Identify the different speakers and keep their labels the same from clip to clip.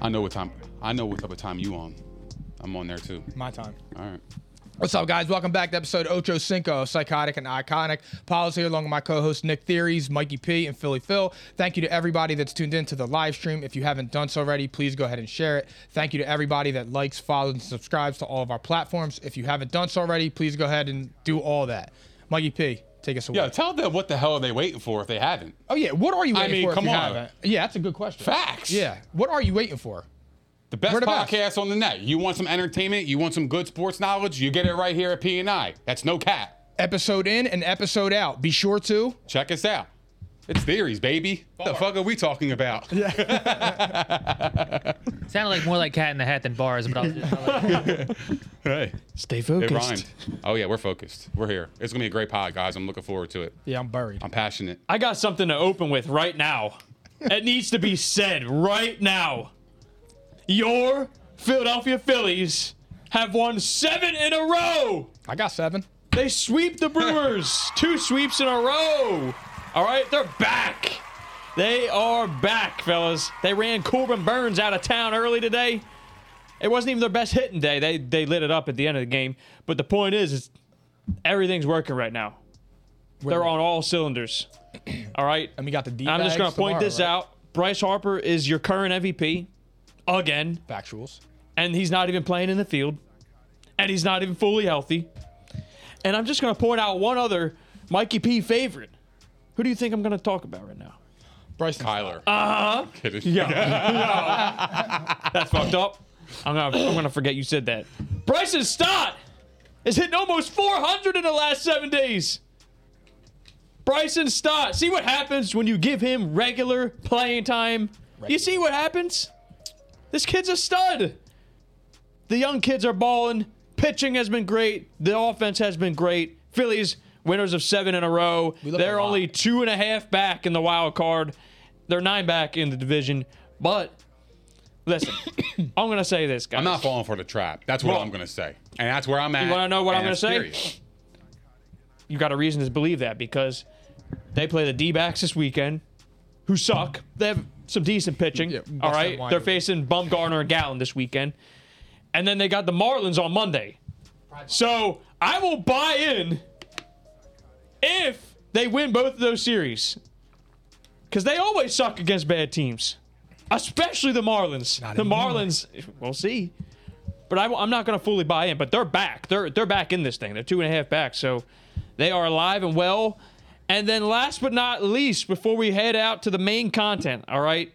Speaker 1: I know what time. I know what type of time you on. I'm on there too.
Speaker 2: My time.
Speaker 1: All right.
Speaker 2: What's up, guys? Welcome back to episode Ocho Cinco, of Psychotic and Iconic. Paul's here along with my co-host Nick Theories, Mikey P, and Philly Phil. Thank you to everybody that's tuned in to the live stream. If you haven't done so already, please go ahead and share it. Thank you to everybody that likes, follows, and subscribes to all of our platforms. If you haven't done so already, please go ahead and do all that. Mikey P, take us away.
Speaker 1: Yeah, tell them what the hell are they waiting for if they haven't.
Speaker 2: oh yeah, what are you
Speaker 1: I
Speaker 2: waiting
Speaker 1: mean,
Speaker 2: for? if
Speaker 1: come
Speaker 2: you
Speaker 1: on.
Speaker 2: haven't? Yeah, that's a good question.
Speaker 1: Facts.
Speaker 2: Yeah, what are you waiting for?
Speaker 1: The best
Speaker 2: We're the
Speaker 1: podcast
Speaker 2: best.
Speaker 1: on the net. You want some entertainment? You want some good sports knowledge? You get it right here at P and I. That's no cat.
Speaker 2: Episode in and episode out. Be sure to
Speaker 1: Check us out. It's theories, baby. What the fuck are we talking about?
Speaker 3: Sounded like more like Cat in the Hat than bars, but I was just
Speaker 1: Hey,
Speaker 2: stay
Speaker 1: it
Speaker 2: focused.
Speaker 1: rhymed. Oh yeah, we're focused. We're here. It's gonna be a great pod, guys. I'm looking forward to it.
Speaker 2: Yeah, I'm buried.
Speaker 1: I'm passionate.
Speaker 4: I got something to open with right now. it needs to be said right now. Your Philadelphia Phillies have won seven in a row.
Speaker 2: I got seven.
Speaker 4: They sweep the Brewers. Two sweeps in a row. All right, they're back. They are back, fellas. They ran Corbin Burns out of town early today. It wasn't even their best hitting day. They they lit it up at the end of the game. But the point is, is everything's working right now. They're on all cylinders. All right.
Speaker 2: And we got the D.
Speaker 4: I'm just going to point this out. Bryce Harper is your current MVP again,
Speaker 2: Factuals.
Speaker 4: and he's not even playing in the field, and he's not even fully healthy. And I'm just going to point out one other Mikey P favorite. Who do you think I'm going to talk about right now?
Speaker 2: Bryson.
Speaker 1: Tyler. Uh huh.
Speaker 4: Uh-huh. Yeah. That's fucked up. I'm going to I'm gonna forget you said that. Bryson Stott is hitting almost 400 in the last seven days. Bryson Stott. See what happens when you give him regular playing time. You see what happens? This kid's a stud. The young kids are balling. Pitching has been great. The offense has been great. Phillies winners of seven in a row.
Speaker 2: look
Speaker 4: They're
Speaker 2: a lot.
Speaker 4: only two and a half back in the wild card. They're nine back in the division. But listen, I'm gonna say this, guys.
Speaker 1: I'm not falling for the trap. That's what
Speaker 4: Well-
Speaker 1: I'm gonna say, and that's where I'm at.
Speaker 4: wanna know what
Speaker 1: and
Speaker 4: I'm gonna
Speaker 1: that's
Speaker 4: say?
Speaker 1: serious.
Speaker 4: you got a reason to believe that because they play the D-backs this weekend, who suck. They have some decent pitching.
Speaker 2: Yeah,
Speaker 4: all
Speaker 2: bust
Speaker 4: right,
Speaker 2: that wide
Speaker 4: they're
Speaker 2: open.
Speaker 4: facing Bumgarner and Gallon this weekend, and then they got the Marlins on Monday. So I will buy in if they win both of those series, because they always suck against bad teams, especially the Marlins. the
Speaker 2: anymore.
Speaker 4: Marlins, we'll see. But I, am not going to fully buy in. But they're back. They're they're back in this thing. They're two and a half back. So they are alive and well. And then last but not least, before we head out to the main content, all right,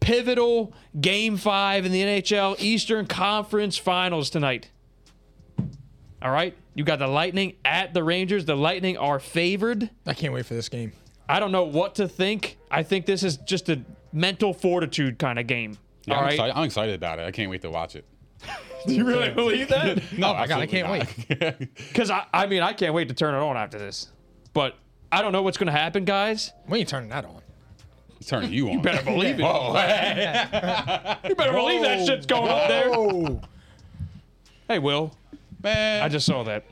Speaker 4: pivotal game five in the NHL Eastern Conference Finals tonight. All right, you got the Lightning at the Rangers. The Lightning are favored.
Speaker 2: I can't wait for this game.
Speaker 4: I don't know what to think. I think this is just a mental fortitude kind of game.
Speaker 1: Yeah,
Speaker 4: all
Speaker 1: I'm,
Speaker 4: right,
Speaker 1: excited. I'm excited about it. I can't wait to watch it.
Speaker 4: you really believe that?
Speaker 2: Oh my god, I can't wait.
Speaker 1: wait.
Speaker 4: Because I, I mean, I can't wait to turn it on after this. But I don't know what's going to happen, guys.
Speaker 2: When are you turning that on?
Speaker 1: Turn you on. You
Speaker 4: better believe it.
Speaker 1: Whoa.
Speaker 4: You better believe that shit's going up there.
Speaker 2: Oh,
Speaker 4: Hey, Will.
Speaker 1: Man.
Speaker 4: I just saw that.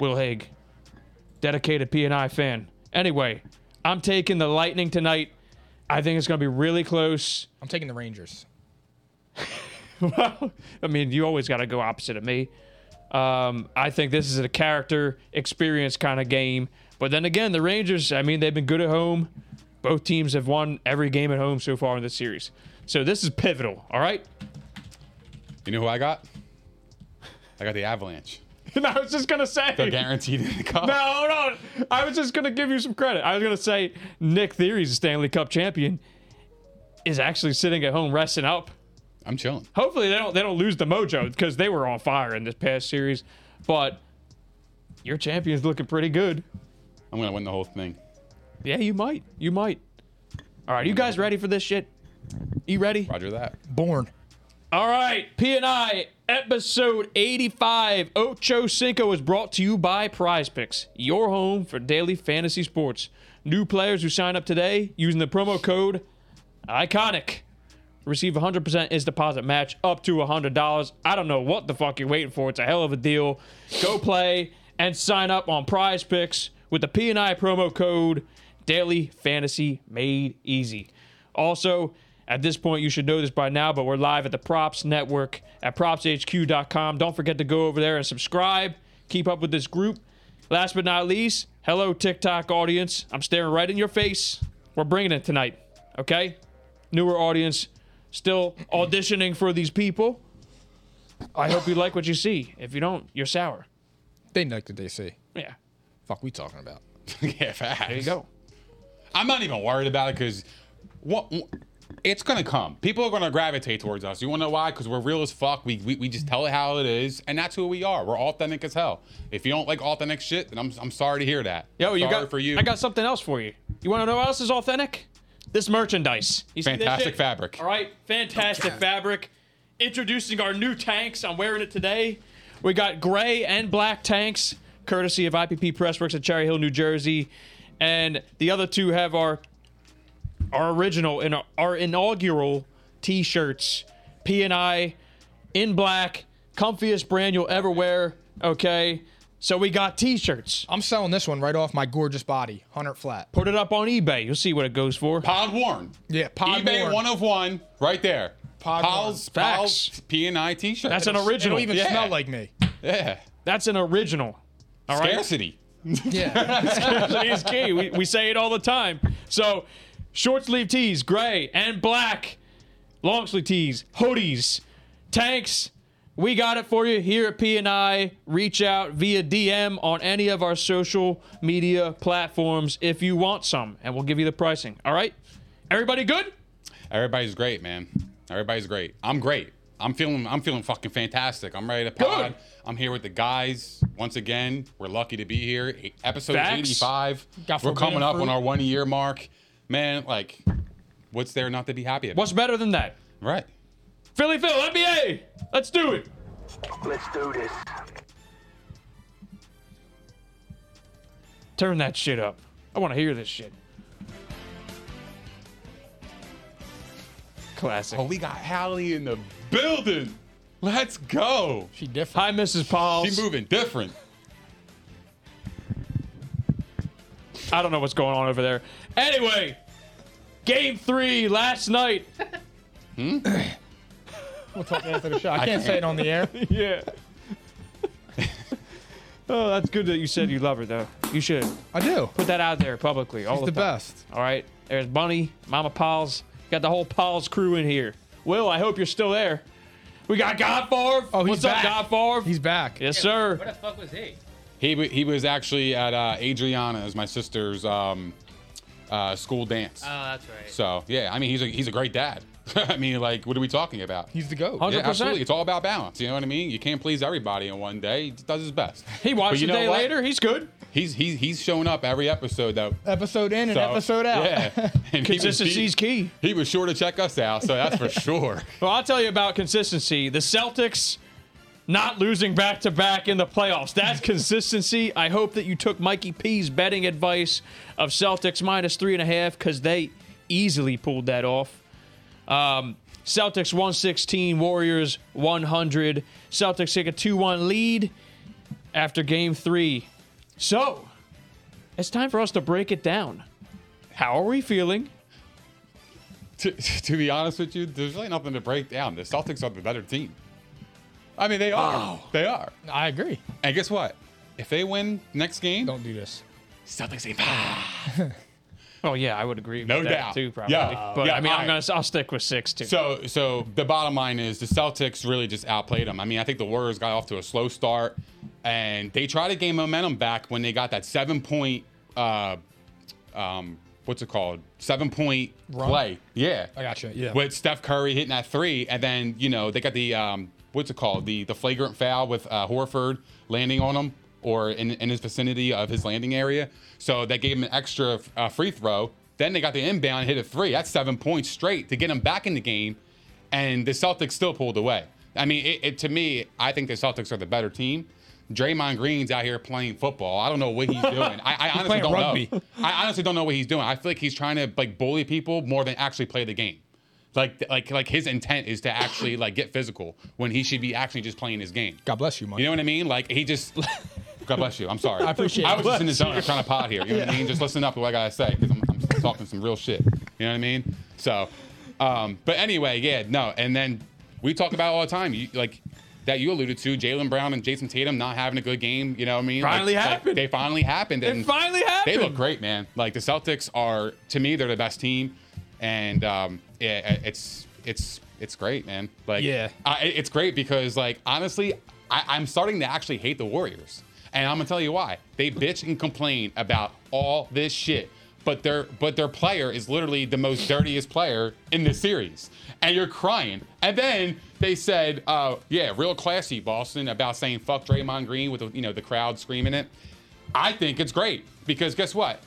Speaker 4: Will Haig. dedicated P&I fan. Anyway, I'm taking the Lightning tonight. I think it's going to be really close.
Speaker 2: I'm taking the Rangers.
Speaker 4: well, I mean, you always got to go opposite of me. Um, I think this is a character experience kind of game. But then again, the Rangers, I mean, they've been good at home. Both teams have won every game at home so far in this series. So this is pivotal, all right?
Speaker 1: You know who I got? I got the Avalanche.
Speaker 4: And I was just going to say.
Speaker 1: They're guaranteed in the cup.
Speaker 4: No, no. I was just gonna give you some credit. I was gonna say Nick Theory's a Stanley Cup champion is actually sitting at home resting up.
Speaker 1: I'm chilling.
Speaker 4: Hopefully they don't they don't lose the mojo because they were on fire in this past series. But your champion's looking pretty good.
Speaker 1: I'm gonna win the whole thing.
Speaker 4: Yeah, you might. You might. All right, you guys ready for this shit? You ready?
Speaker 1: Roger that.
Speaker 2: Born.
Speaker 4: All right, P and I episode 85 Ocho Cinco is brought to you by Prize Picks, your home for daily fantasy sports. New players who sign up today using the promo code ICONIC receive 100% is deposit match up to $100. I don't know what the fuck you're waiting for. It's a hell of a deal. Go play and sign up on Prize Picks with the P and I promo code Daily Fantasy Made Easy. Also, at this point, you should know this by now, but we're live at the Props Network at propshq.com. Don't forget to go over there and subscribe. Keep up with this group. Last but not least, hello, TikTok audience. I'm staring right in your face. We're bringing it tonight, okay? Newer audience, still auditioning for these people. I hope you like what you see. If you don't, you're sour.
Speaker 2: They like the DC.
Speaker 4: Yeah,
Speaker 2: Fuck, we talking about.
Speaker 1: yeah, facts.
Speaker 4: there you go.
Speaker 1: I'm not even worried about it because what. It's gonna come. People are gonna gravitate towards us. You wanna know why? Because we're real as fuck. We, we we just tell it how it is, and that's who we are. We're authentic as hell. If you don't like authentic shit, then I'm, I'm sorry to hear that.
Speaker 4: Yo, you
Speaker 1: Sorry
Speaker 4: got
Speaker 1: for you.
Speaker 4: I got something else for you. You want to know what else is authentic? This merchandise. You see this
Speaker 1: Fantastic
Speaker 4: shit?
Speaker 1: fabric.
Speaker 4: All right, fantastic fabric. Introducing our new tanks. I'm wearing it today. We got gray and black tanks, courtesy of IPP Pressworks at Cherry Hill, New Jersey, and the other two have our our original and our, our inaugural T-shirts. P and I in black, comfiest brand you'll ever wear. Okay, so we got T-shirts.
Speaker 2: I'm selling this one right off my gorgeous body. 100 flat.
Speaker 4: Put it up on eBay. You'll see what it goes for.
Speaker 1: Pod Warren.
Speaker 2: Yeah, Pod
Speaker 1: eBay
Speaker 2: Warren.
Speaker 1: 101, right there.
Speaker 2: Pod
Speaker 1: Powell's,
Speaker 4: Warren. Facts.
Speaker 1: Powell's P&I t-shirt.
Speaker 4: That's an original.
Speaker 2: It'll even
Speaker 1: Yeah.
Speaker 2: smell like me.
Speaker 1: Yeah.
Speaker 4: That's an original. All right.
Speaker 1: Scarcity.
Speaker 2: Yeah.
Speaker 4: Scarcity is key. We, we say it all the time. So, short sleeve tees, gray and black, long sleeve tees, hoodies, tanks. We got it for you here at P&I. Reach out via DM on any of our social media platforms if you want some, and we'll give you the pricing. All right? Everybody good?
Speaker 1: Everybody's great, man. Everybody's great. I'm great. I'm feeling I'm feeling fucking fantastic. I'm ready to pod.
Speaker 4: Good.
Speaker 1: I'm here with the guys once again. We're lucky to be here. E- Episode
Speaker 4: Facts.
Speaker 1: 85.
Speaker 2: Got
Speaker 1: We're
Speaker 2: forbidden
Speaker 1: coming up on
Speaker 2: fruit.
Speaker 1: our 1 year mark. Man, like what's there not to be happy about?
Speaker 4: What's better than that?
Speaker 1: right.
Speaker 4: Philly Phil, NBA. Let's do it.
Speaker 5: Let's do this.
Speaker 4: Turn that shit up. I want to hear this shit. Classic.
Speaker 1: Oh, we got Hallie in the building. Let's go.
Speaker 4: She different. Hi, Mrs. Paul.
Speaker 1: She's moving different.
Speaker 4: I don't know what's going on over there. Anyway, game three last night.
Speaker 2: we'll talk after the show. I can't say it on the air.
Speaker 4: yeah. oh, that's good that you said you love her, though. You should
Speaker 2: I do.
Speaker 4: put that out there publicly. all
Speaker 2: It's
Speaker 4: the,
Speaker 2: the
Speaker 4: time.
Speaker 2: best.
Speaker 4: All right. There's Bunny, Mama Paul's. Got the whole Paul's crew in here. Will, I hope you're still there. We got God Favre.
Speaker 2: Oh, he's
Speaker 4: What's
Speaker 2: back.
Speaker 4: up, God Favre?
Speaker 2: He's back.
Speaker 4: yes, sir.
Speaker 3: Where the fuck was he?
Speaker 1: He w- he was actually at uh, Adriana's, my sister's um, uh, school dance.
Speaker 3: Oh, that's right.
Speaker 1: so yeah, I mean he's a he's a great dad. I mean like what are we talking about?
Speaker 2: He's the GOAT.
Speaker 4: Hundred-
Speaker 1: yeah,
Speaker 4: 100%.
Speaker 1: absolutely. It's all about balance. You know what I mean? You can't please everybody in one day. He does his best.
Speaker 4: He
Speaker 1: But
Speaker 4: watched a
Speaker 1: you know
Speaker 4: day
Speaker 1: what?
Speaker 4: later. He's good.
Speaker 1: He's he's he's showing up every episode though.
Speaker 2: Episode in and
Speaker 1: So,
Speaker 2: episode out.
Speaker 1: Yeah. And he was-
Speaker 4: Consistency's key.
Speaker 1: He was sure to check us out, so that's for sure.
Speaker 4: Well, I'll tell you about consistency. The Celtics not losing back to back in the playoffs. That's consistency. I hope that you took Mikey P's betting advice of Celtics minus three and a half because they easily pulled that off. Um, Celtics 116, Warriors 100. Celtics take a 2 1 lead after game three. So, It's time for us to break it down. How are we feeling?
Speaker 1: to, to be honest with you, there's really nothing to break down. The Celtics are the better team. I mean, they are. They are.
Speaker 2: I agree.
Speaker 1: And guess what? If they win next game,
Speaker 2: Don't do this.
Speaker 1: Celtics ain't bad.
Speaker 4: Oh yeah, I would agree.
Speaker 1: No
Speaker 4: with that
Speaker 1: doubt.
Speaker 4: too probably.
Speaker 1: Yeah.
Speaker 4: but
Speaker 1: Yeah,
Speaker 4: I mean, I,
Speaker 1: I-
Speaker 4: am gonna I'll stick with six too.
Speaker 1: So, uh, so the bottom line is the Celtics really just outplayed them. I mean, I think the Warriors got off to a slow start, and they tried to gain momentum back when they got that seven point, uh, um, what's it called? Seven point
Speaker 2: Run.
Speaker 1: play. Yeah,
Speaker 2: I gotcha, yeah.
Speaker 1: With Steph Curry hitting that three, and then you know they got the um, what's it called? The the flagrant foul with uh, Horford landing on him or in, in his vicinity of his landing area. So that gave him an extra uh, free throw. Then they got the inbound, hit a three. That's seven points straight to get him back in the game, and the Celtics still pulled away. I mean, it, it, to me, I think the Celtics are the better team. Draymond Green's out here playing football. I don't know what he's doing. I, I honestly
Speaker 2: playing
Speaker 1: don't
Speaker 2: rugby.
Speaker 1: know. I honestly don't know what he's doing. I feel like he's trying to like bully people more than actually play the game. Like like like his intent is to actually like get physical when he should be actually just playing his game.
Speaker 2: God bless you, Mike.
Speaker 1: You know what I mean? Like he just. God bless you. I'm sorry.
Speaker 2: I appreciate
Speaker 1: I
Speaker 2: it.
Speaker 1: was just in the zone trying to pod here. You know what I mean? Just listen up to what I gotta say because I'm, I'm talking some real shit. You know what I mean? So, um, but anyway, yeah, no. And then we talk about all the time, you, like that you alluded to, Jalen Brown and Jason Tatum not having a good game. You know what I mean? Like-
Speaker 4: Finally
Speaker 1: like,
Speaker 4: happened.
Speaker 1: they finally happened.
Speaker 4: It
Speaker 1: and
Speaker 4: finally
Speaker 1: They look
Speaker 4: happened.
Speaker 1: great, man. Like the Celtics are, to me, they're the best team, and um, yeah, it's it's it's great, man. Like
Speaker 2: Yeah.
Speaker 1: I, it- it's great because like honestly, I, I'm starting to actually hate the Warriors, and I'm gonna tell you why. They bitch and complain about all this shit, but their but their player is literally the most dirtiest player in the series, and you're crying. And then they said, uh, yeah, real classy Boston about saying fuck Draymond Green with the, you know the crowd screaming it. I think it's great because guess what?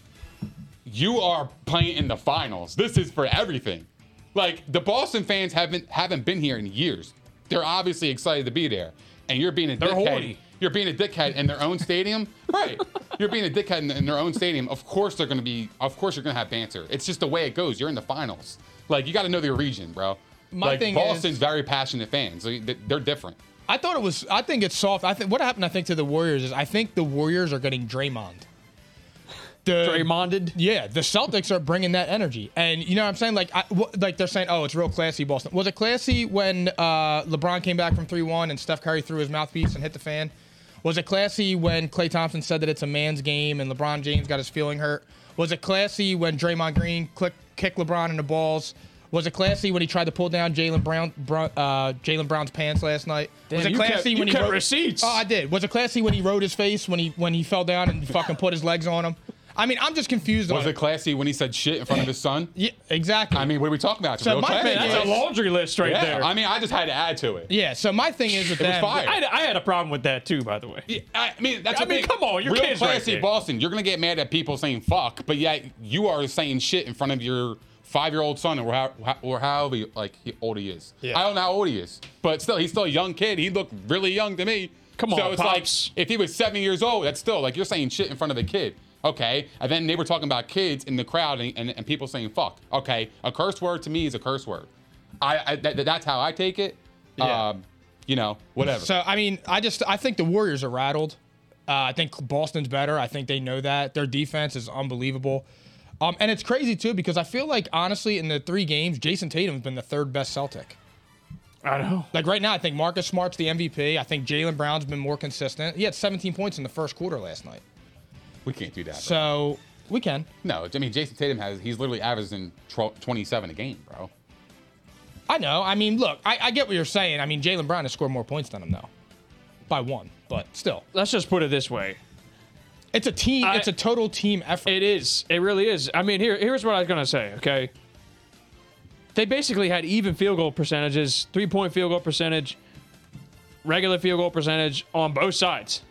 Speaker 1: you are playing in the finals. This is for everything. Like the Boston fans haven't haven't been here in years. They're obviously excited to be there, and you're being a
Speaker 4: They're
Speaker 1: dickhead.
Speaker 4: horny.
Speaker 1: You're being a dickhead in their own stadium, right? You're being a dickhead in, in their own stadium. Of course they're gonna be. Of course you're gonna have banter. It's just the way it goes. You're in the finals. Like you got to know your region, bro.
Speaker 2: My
Speaker 1: like,
Speaker 2: thing
Speaker 1: Boston's
Speaker 2: is-
Speaker 1: very passionate fans. Like, they- They're different.
Speaker 2: I thought it was. I think it's soft. I think what happened. I think to the Warriors is I think the Warriors are getting Draymond. The,
Speaker 4: Draymonded.
Speaker 2: Yeah, the Celtics are bringing that energy, and you know what I'm saying. Like, I, wh- like they're saying, "Oh, it's real classy, Boston." Was it classy when uh, LeBron came back from three-one and Steph Curry threw his mouthpiece and hit the fan? Was it classy when Klay Thompson said that it's a man's game and LeBron James got his feeling hurt? Was it classy when Draymond Green click, kicked LeBron in the balls? Was it classy when he tried to pull down Jalen Brown, Bro- uh, Jalen Brown's pants last night? was it
Speaker 4: you
Speaker 2: classy
Speaker 4: kept- you
Speaker 2: when he
Speaker 4: kept
Speaker 2: wrote-
Speaker 4: receipts.
Speaker 2: Oh, I did. Was it classy when he rode his face when he when he fell down and fucking put his legs on him? I mean, I'm just confused.
Speaker 1: Was
Speaker 2: on
Speaker 1: it classy when he said shit in front of his son?
Speaker 2: yeah, exactly.
Speaker 1: I mean, what are we talking about? It's
Speaker 2: So
Speaker 1: real
Speaker 2: my
Speaker 1: classy.
Speaker 2: thing
Speaker 4: That's
Speaker 2: is-
Speaker 4: a laundry list right
Speaker 1: Yeah,
Speaker 4: there.
Speaker 1: I mean, I just had to add to it.
Speaker 2: yeah. So my thing is with
Speaker 1: It was
Speaker 2: that.
Speaker 1: fire.
Speaker 4: I, I had a problem with that too, by the way.
Speaker 1: Yeah, I mean, that's.
Speaker 4: I
Speaker 1: the
Speaker 4: mean,
Speaker 1: thing.
Speaker 4: come on, your
Speaker 1: real
Speaker 4: kid's right
Speaker 1: classy
Speaker 4: there.
Speaker 1: Boston. You're gonna get mad at people saying fuck, but yet you are saying shit in front of your five-year-old son, or how, or however like he- old he is. I don't know how old he is, but still, he's still a young kid. He looked really young to me.
Speaker 4: Come
Speaker 1: so
Speaker 4: on,
Speaker 1: it's
Speaker 4: Pops.
Speaker 1: like if he was seven years old, that's still like you're saying shit in front of a kid. Okay, and then they were talking about kids in the crowd and, and, and people saying fuck. Okay, a curse word to me is a curse word. I, I that, that's how I take it.
Speaker 4: Yeah.
Speaker 1: Um, you know, whatever.
Speaker 2: So I mean, I just I think the Warriors are rattled. Uh, I think Boston's better. I think they know that their defense is unbelievable. Um, and it's crazy too because I feel like honestly in the three games, Jason Tatum's been the third best Celtic.
Speaker 4: I know.
Speaker 2: Like right now, I think Marcus Smart's the MVP. I think Jalen Brown's been more consistent. He had 17 points in the first quarter last night.
Speaker 1: we can't do that. bro.
Speaker 2: So we can.
Speaker 1: No, I mean Jason Tatum has he's literally averaging tw- 27 a game, bro.
Speaker 2: I know. I mean, look, I, I get what you're saying. I mean, Jalen Brown has scored more points than him though, by one. But still,
Speaker 4: Let's just put it this way.
Speaker 2: it's a team.
Speaker 4: I-
Speaker 2: it's a total team effort.
Speaker 4: It is. It really is. I mean, here here's what I was gonna say. Okay. They basically had even field goal percentages, three point field goal percentage, regular field goal percentage on both sides,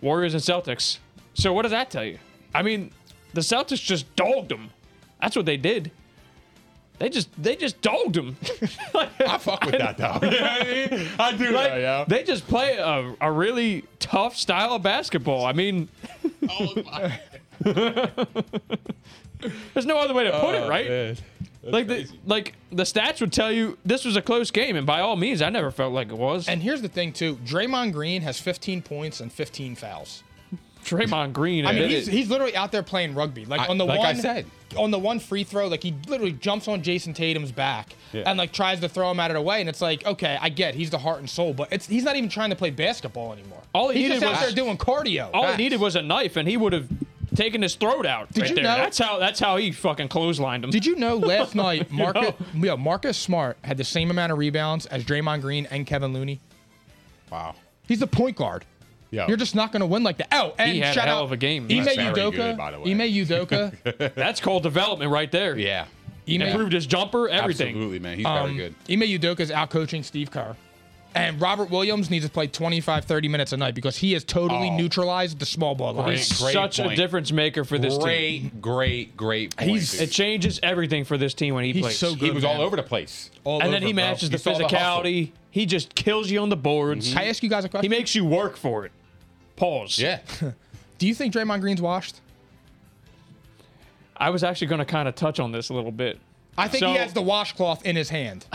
Speaker 4: Warriors and Celtics. So what does that tell you? I mean, the Celtics just dogged them. That's what they did. They just they just dogged them.
Speaker 1: I fuck with that though. you know what I mean? I do
Speaker 4: like
Speaker 1: though, yo.
Speaker 4: they just play a, a really tough style of basketball. I mean, there's no other way
Speaker 1: Oh,
Speaker 4: to
Speaker 1: Uh,
Speaker 4: put it, right? like the,
Speaker 1: crazy.
Speaker 4: like the stats would tell you this was a close game, and by all means, I never felt like it was.
Speaker 2: And here's the thing too: Draymond Green has 15 points and 15 fouls.
Speaker 4: Draymond Green.
Speaker 2: I mean,
Speaker 4: admitted-
Speaker 2: he's, he's literally out there playing rugby. Like
Speaker 1: I-
Speaker 2: on the
Speaker 1: like I
Speaker 2: one,
Speaker 1: said.
Speaker 2: on the one free throw, like he literally jumps on Jason Tatum's back
Speaker 1: Yeah.
Speaker 2: and like tries to throw him out of the way. And it's like, okay, I get he's the heart and soul, but it's he's not even trying to play basketball anymore.
Speaker 4: All he
Speaker 2: he's
Speaker 4: needed
Speaker 2: just out
Speaker 4: was-
Speaker 2: there doing cardio.
Speaker 4: all
Speaker 1: Facts.
Speaker 4: it needed was a knife, and he would have taken his throat out. right
Speaker 2: you
Speaker 4: there.
Speaker 2: know-
Speaker 4: That's how. That's how he fucking clotheslined him.
Speaker 2: Did you know last night Marcus, yeah, Marcus Smart had the same amount of rebounds as Draymond Green and Kevin Looney?
Speaker 1: Wow.
Speaker 2: He's the point guard.
Speaker 1: Yeah.
Speaker 2: You're just not going to win like that. Oh, and
Speaker 4: He had a
Speaker 2: shout
Speaker 4: hell
Speaker 2: out
Speaker 4: of a game.
Speaker 2: Ime
Speaker 1: That's very
Speaker 2: Udoka.
Speaker 1: good, by the way.
Speaker 2: Ime Udoka.
Speaker 4: That's called development right there.
Speaker 1: Yeah.
Speaker 2: Ime,
Speaker 4: Improved his jumper, everything. Um,
Speaker 1: Absolutely, man. He's very good.
Speaker 2: Ime Udoka's out coaching Steve Kerr. And Robert Williams needs to play 25, 30 minutes a night because he has totally
Speaker 1: Oh.
Speaker 2: neutralized the small ball line.
Speaker 4: He's
Speaker 1: Great
Speaker 4: such a
Speaker 1: point.
Speaker 4: difference maker for this team.
Speaker 1: Great, great, great. Point,
Speaker 2: He's-
Speaker 1: dude.
Speaker 4: It changes everything for this team when he
Speaker 2: He's
Speaker 4: plays.
Speaker 2: so good.
Speaker 1: he was
Speaker 2: man.
Speaker 1: all over the place.
Speaker 2: All
Speaker 4: and then
Speaker 2: over,
Speaker 4: he
Speaker 2: bro.
Speaker 4: matches the
Speaker 1: You saw the Mm-hmm.
Speaker 4: physicality. he just kills you on the boards.
Speaker 2: Can I ask you guys a
Speaker 4: He
Speaker 2: question?
Speaker 4: makes you work for it. Pause.
Speaker 1: Yeah.
Speaker 2: Do you think Draymond Green's washed?
Speaker 4: I was actually going to kind of touch on this a little bit.
Speaker 2: I think
Speaker 4: So-
Speaker 2: he has the washcloth in his hand.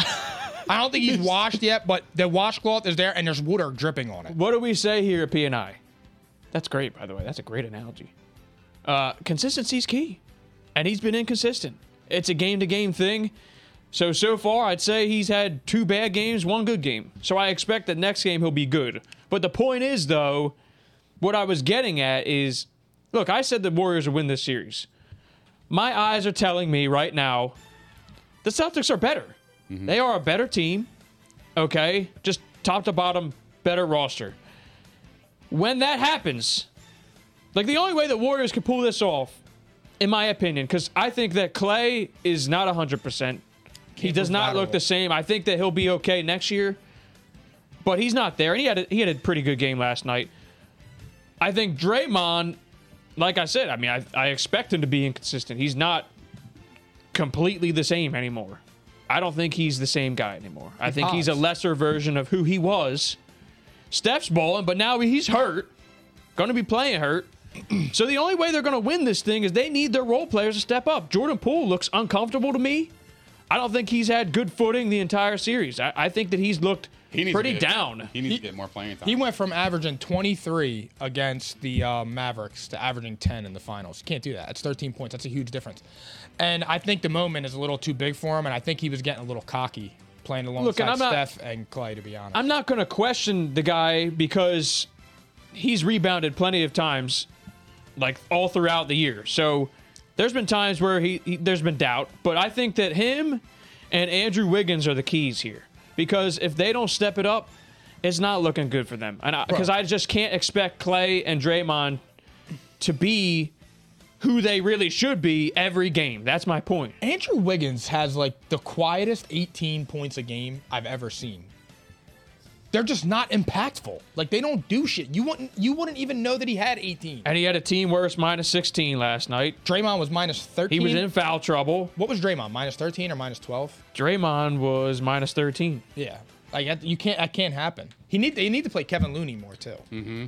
Speaker 2: I don't think he's washed yet, but the washcloth is there and there's water dripping on it.
Speaker 4: What do we say here at P&I? That's great, by the way. That's a great analogy. Uh, consistency's key, and he's been inconsistent. It's a game-to-game thing. So so far, I'd say he's had two bad games, one good game. So I expect that next game he'll be good. But the point is, though, what I was getting at is, look, I said the Warriors would win this series. My eyes are telling me right now, the Celtics are better. They are a better team. Okay, just top to bottom, better roster when that happens, like the only way that Warriors can pull this off, in my opinion, because I think that Clay is not 100%. He does not look the same. I think that he'll be okay next year, but he's not there. And he had a, he had a pretty good game last night. I think Draymond, like I said, I mean, I, I expect him to be inconsistent. He's not completely the same anymore. I don't think he's the same guy anymore. I think he's a
Speaker 2: pops.
Speaker 4: lesser version of who he was. Steph's balling, but now he's hurt. Going to be playing hurt. so the only way they're going to win this thing is they need their role players to step up. Jordan Poole looks uncomfortable to me. I don't think he's had good footing the entire series. I, I think that he's looked
Speaker 1: He needs to
Speaker 4: pretty
Speaker 1: get-
Speaker 4: down.
Speaker 1: He needs to get more playing time.
Speaker 2: He went from averaging 23 against the uh, Mavericks to averaging 10 in the finals. You can't do that. That's 13 points. That's a huge difference. And I think the moment is a little too big for him, and I think he was getting a little cocky playing alongside
Speaker 4: and I'm not-
Speaker 2: Steph and Clay, to be honest.
Speaker 4: I'm not going to question the guy because he's rebounded plenty of times, like all throughout the year. So there's been times where he, he there's been doubt, but I think that him and Andrew Wiggins are the keys here because if they don't step it up, it's not looking good for them. And because I, just can't expect Clay and Draymond to be who they really should be every game. That's my point.
Speaker 2: Andrew Wiggins has like the quietest 18 points a game I've ever seen. They're just not impactful. Like they don't do shit. You wouldn't you wouldn't even know that he had 18.
Speaker 4: And he had a team worst minus 16 last night.
Speaker 2: Draymond was minus 13.
Speaker 4: He was in foul trouble.
Speaker 2: What was Draymond? Minus 13 or minus 12?
Speaker 4: Draymond was minus 13.
Speaker 2: Yeah. Like that- you can't that can't happen. He need they need to play Kevin Looney more too.
Speaker 4: Hmm.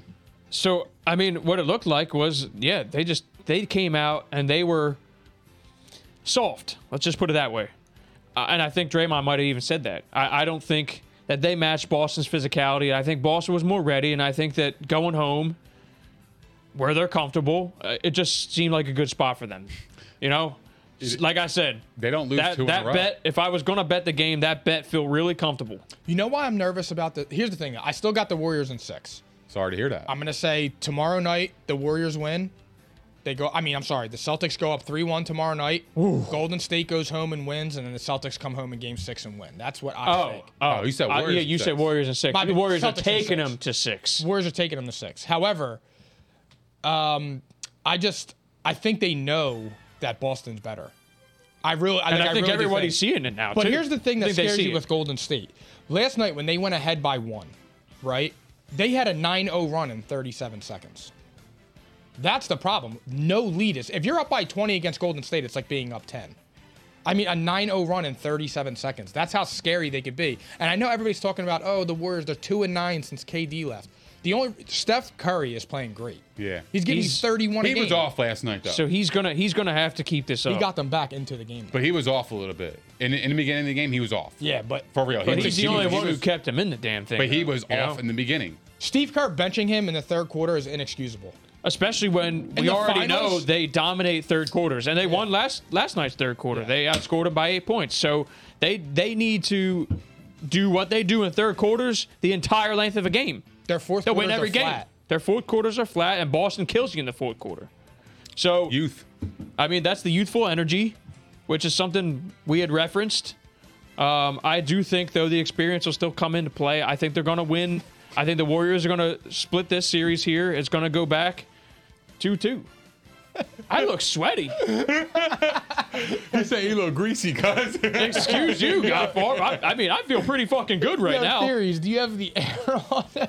Speaker 4: So, I mean, what it looked like was, yeah, they just they came out and they were soft. Let's just put it that way. Uh, and I think Draymond might have even said that. I, I don't think that they matched Boston's physicality. I think Boston was more ready, and I think that going home, where they're comfortable, uh, it just seemed like a good spot for them. You know, like I said,
Speaker 1: They don't lose
Speaker 4: that,
Speaker 1: two in
Speaker 4: that
Speaker 1: a row.
Speaker 4: bet. If I was gonna bet the game, that bet feel really comfortable.
Speaker 2: You know why I'm nervous about the Here's the thing. I still got the Warriors in 6.
Speaker 1: Sorry to hear that.
Speaker 2: I'm going to say tomorrow night the Warriors win. They go I mean, I'm sorry. The Celtics go up 3-1 tomorrow night. Golden State goes home and wins and then the Celtics come home in game 6 and win. That's what I think.
Speaker 1: Oh, you said
Speaker 4: I-
Speaker 1: Warriors
Speaker 4: Uh, yeah,
Speaker 1: in
Speaker 4: you said
Speaker 1: six.
Speaker 4: Warriors in six.
Speaker 2: My
Speaker 4: the
Speaker 2: bad.
Speaker 4: Warriors are
Speaker 2: Celtics in
Speaker 4: taking
Speaker 2: six.
Speaker 4: them to six.
Speaker 2: Warriors are taking them to 6. However, um I just I think they know that Boston's better. I really I,
Speaker 4: And
Speaker 2: like,
Speaker 4: I think
Speaker 2: really do
Speaker 4: everybody's
Speaker 2: think-
Speaker 4: seeing it now.
Speaker 2: But
Speaker 4: too.
Speaker 2: here's the thing
Speaker 4: I
Speaker 2: that
Speaker 4: think they
Speaker 2: scares
Speaker 4: see
Speaker 2: you
Speaker 4: it.
Speaker 2: with Golden State. Last night when they went ahead by one, right? They had a 9-0 run in 37 seconds. That's the problem. No lead is. If you're up by 20 against Golden State, it's like being up 10. I mean, a 9-0 run in 37 seconds. That's how scary they could be. And I know everybody's talking about, oh, the Warriors. They're two and nine since KD left. The only Steph Curry is playing great.
Speaker 1: Yeah.
Speaker 2: he's getting
Speaker 4: He's-
Speaker 2: 31. a
Speaker 1: he was
Speaker 2: game.
Speaker 1: off last night though.
Speaker 4: So he's gonna he's gonna have to keep this up.
Speaker 2: He got them back into the game.
Speaker 1: but he was off a little bit. In, in the beginning of the game, he was off.
Speaker 2: Yeah, but-
Speaker 1: for real.
Speaker 4: but
Speaker 1: was-
Speaker 4: he's the only
Speaker 1: was-
Speaker 4: one
Speaker 1: he
Speaker 4: who
Speaker 1: was-
Speaker 4: kept him in the damn thing.
Speaker 1: But he
Speaker 4: though,
Speaker 1: was
Speaker 4: you
Speaker 1: off
Speaker 4: know?
Speaker 1: in the beginning.
Speaker 2: Steve Kerr benching him in the third quarter is inexcusable.
Speaker 4: especially when we
Speaker 2: the
Speaker 4: already know
Speaker 2: finals?
Speaker 4: they dominate third quarters, and they won last last night's third quarter. They outscored them by eight points. So they they need to do what they do in third quarters the entire length of a game.
Speaker 2: Their fourth
Speaker 4: They'll win
Speaker 2: quarters
Speaker 4: every game.
Speaker 2: are flat.
Speaker 4: Their fourth quarters are flat, and Boston kills you in the fourth quarter. So
Speaker 1: Youth.
Speaker 4: I mean, that's the youthful energy, which is something we had referenced. Um, I do think, though, the experience will still come into play. I think they're going to win. I think the Warriors are going to split this series here. It's going to go back 2 2. I look sweaty.
Speaker 1: You say you look greasy, cuz.
Speaker 4: Excuse you, Godfarm. I, I mean, I feel pretty fucking good right now.
Speaker 2: Theories. Do you have the air on?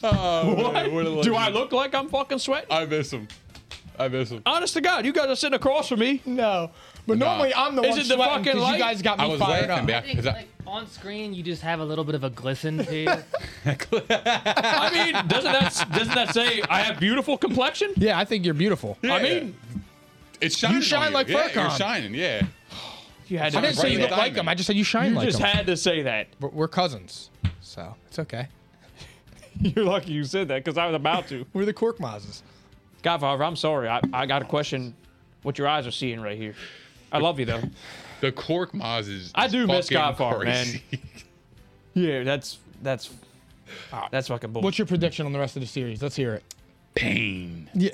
Speaker 4: What?
Speaker 1: What a
Speaker 4: Do
Speaker 1: legend.
Speaker 4: I look like I'm fucking sweating?
Speaker 1: I miss him. I miss him.
Speaker 4: Honest to God, you guys are sitting across from me.
Speaker 2: No. But
Speaker 1: Nah.
Speaker 2: normally I'm the
Speaker 4: Is
Speaker 2: one
Speaker 4: it the
Speaker 2: sweating
Speaker 4: fucking
Speaker 2: 'cause
Speaker 4: light?
Speaker 2: you guys got me
Speaker 1: I was
Speaker 2: fired
Speaker 1: laughing
Speaker 2: up.
Speaker 1: back.
Speaker 3: think,
Speaker 1: 'cause I-
Speaker 3: like, on screen, you just have a little bit of a glisten Uh, too.
Speaker 4: I mean, doesn't that doesn't that say I have beautiful complexion?
Speaker 2: Yeah, I think you're beautiful.
Speaker 4: I mean,
Speaker 1: it's shining. on
Speaker 2: shine like
Speaker 1: yeah, You're
Speaker 2: Furkan.
Speaker 1: shining, yeah.
Speaker 4: you had to
Speaker 2: I didn't
Speaker 1: Bright
Speaker 2: say you look
Speaker 1: diamond.
Speaker 2: like him. I just said you shine
Speaker 4: You
Speaker 2: like
Speaker 4: just
Speaker 2: him.
Speaker 4: had to say that.
Speaker 2: We're- We're cousins, so it's okay.
Speaker 4: You're lucky you said that because I was about to.
Speaker 2: We're the Cork Mazes.
Speaker 4: Godfather, I'm sorry. I, I got a question. What your eyes are seeing right here? I love you though.
Speaker 1: The cork Moz is.
Speaker 4: I do miss
Speaker 1: fucking
Speaker 4: Godfather,
Speaker 1: crazy.
Speaker 4: Yeah, that's that's Ah, that's fucking bull.
Speaker 2: What's your prediction on the rest of the series? Let's hear it.
Speaker 1: Pain. Yeah.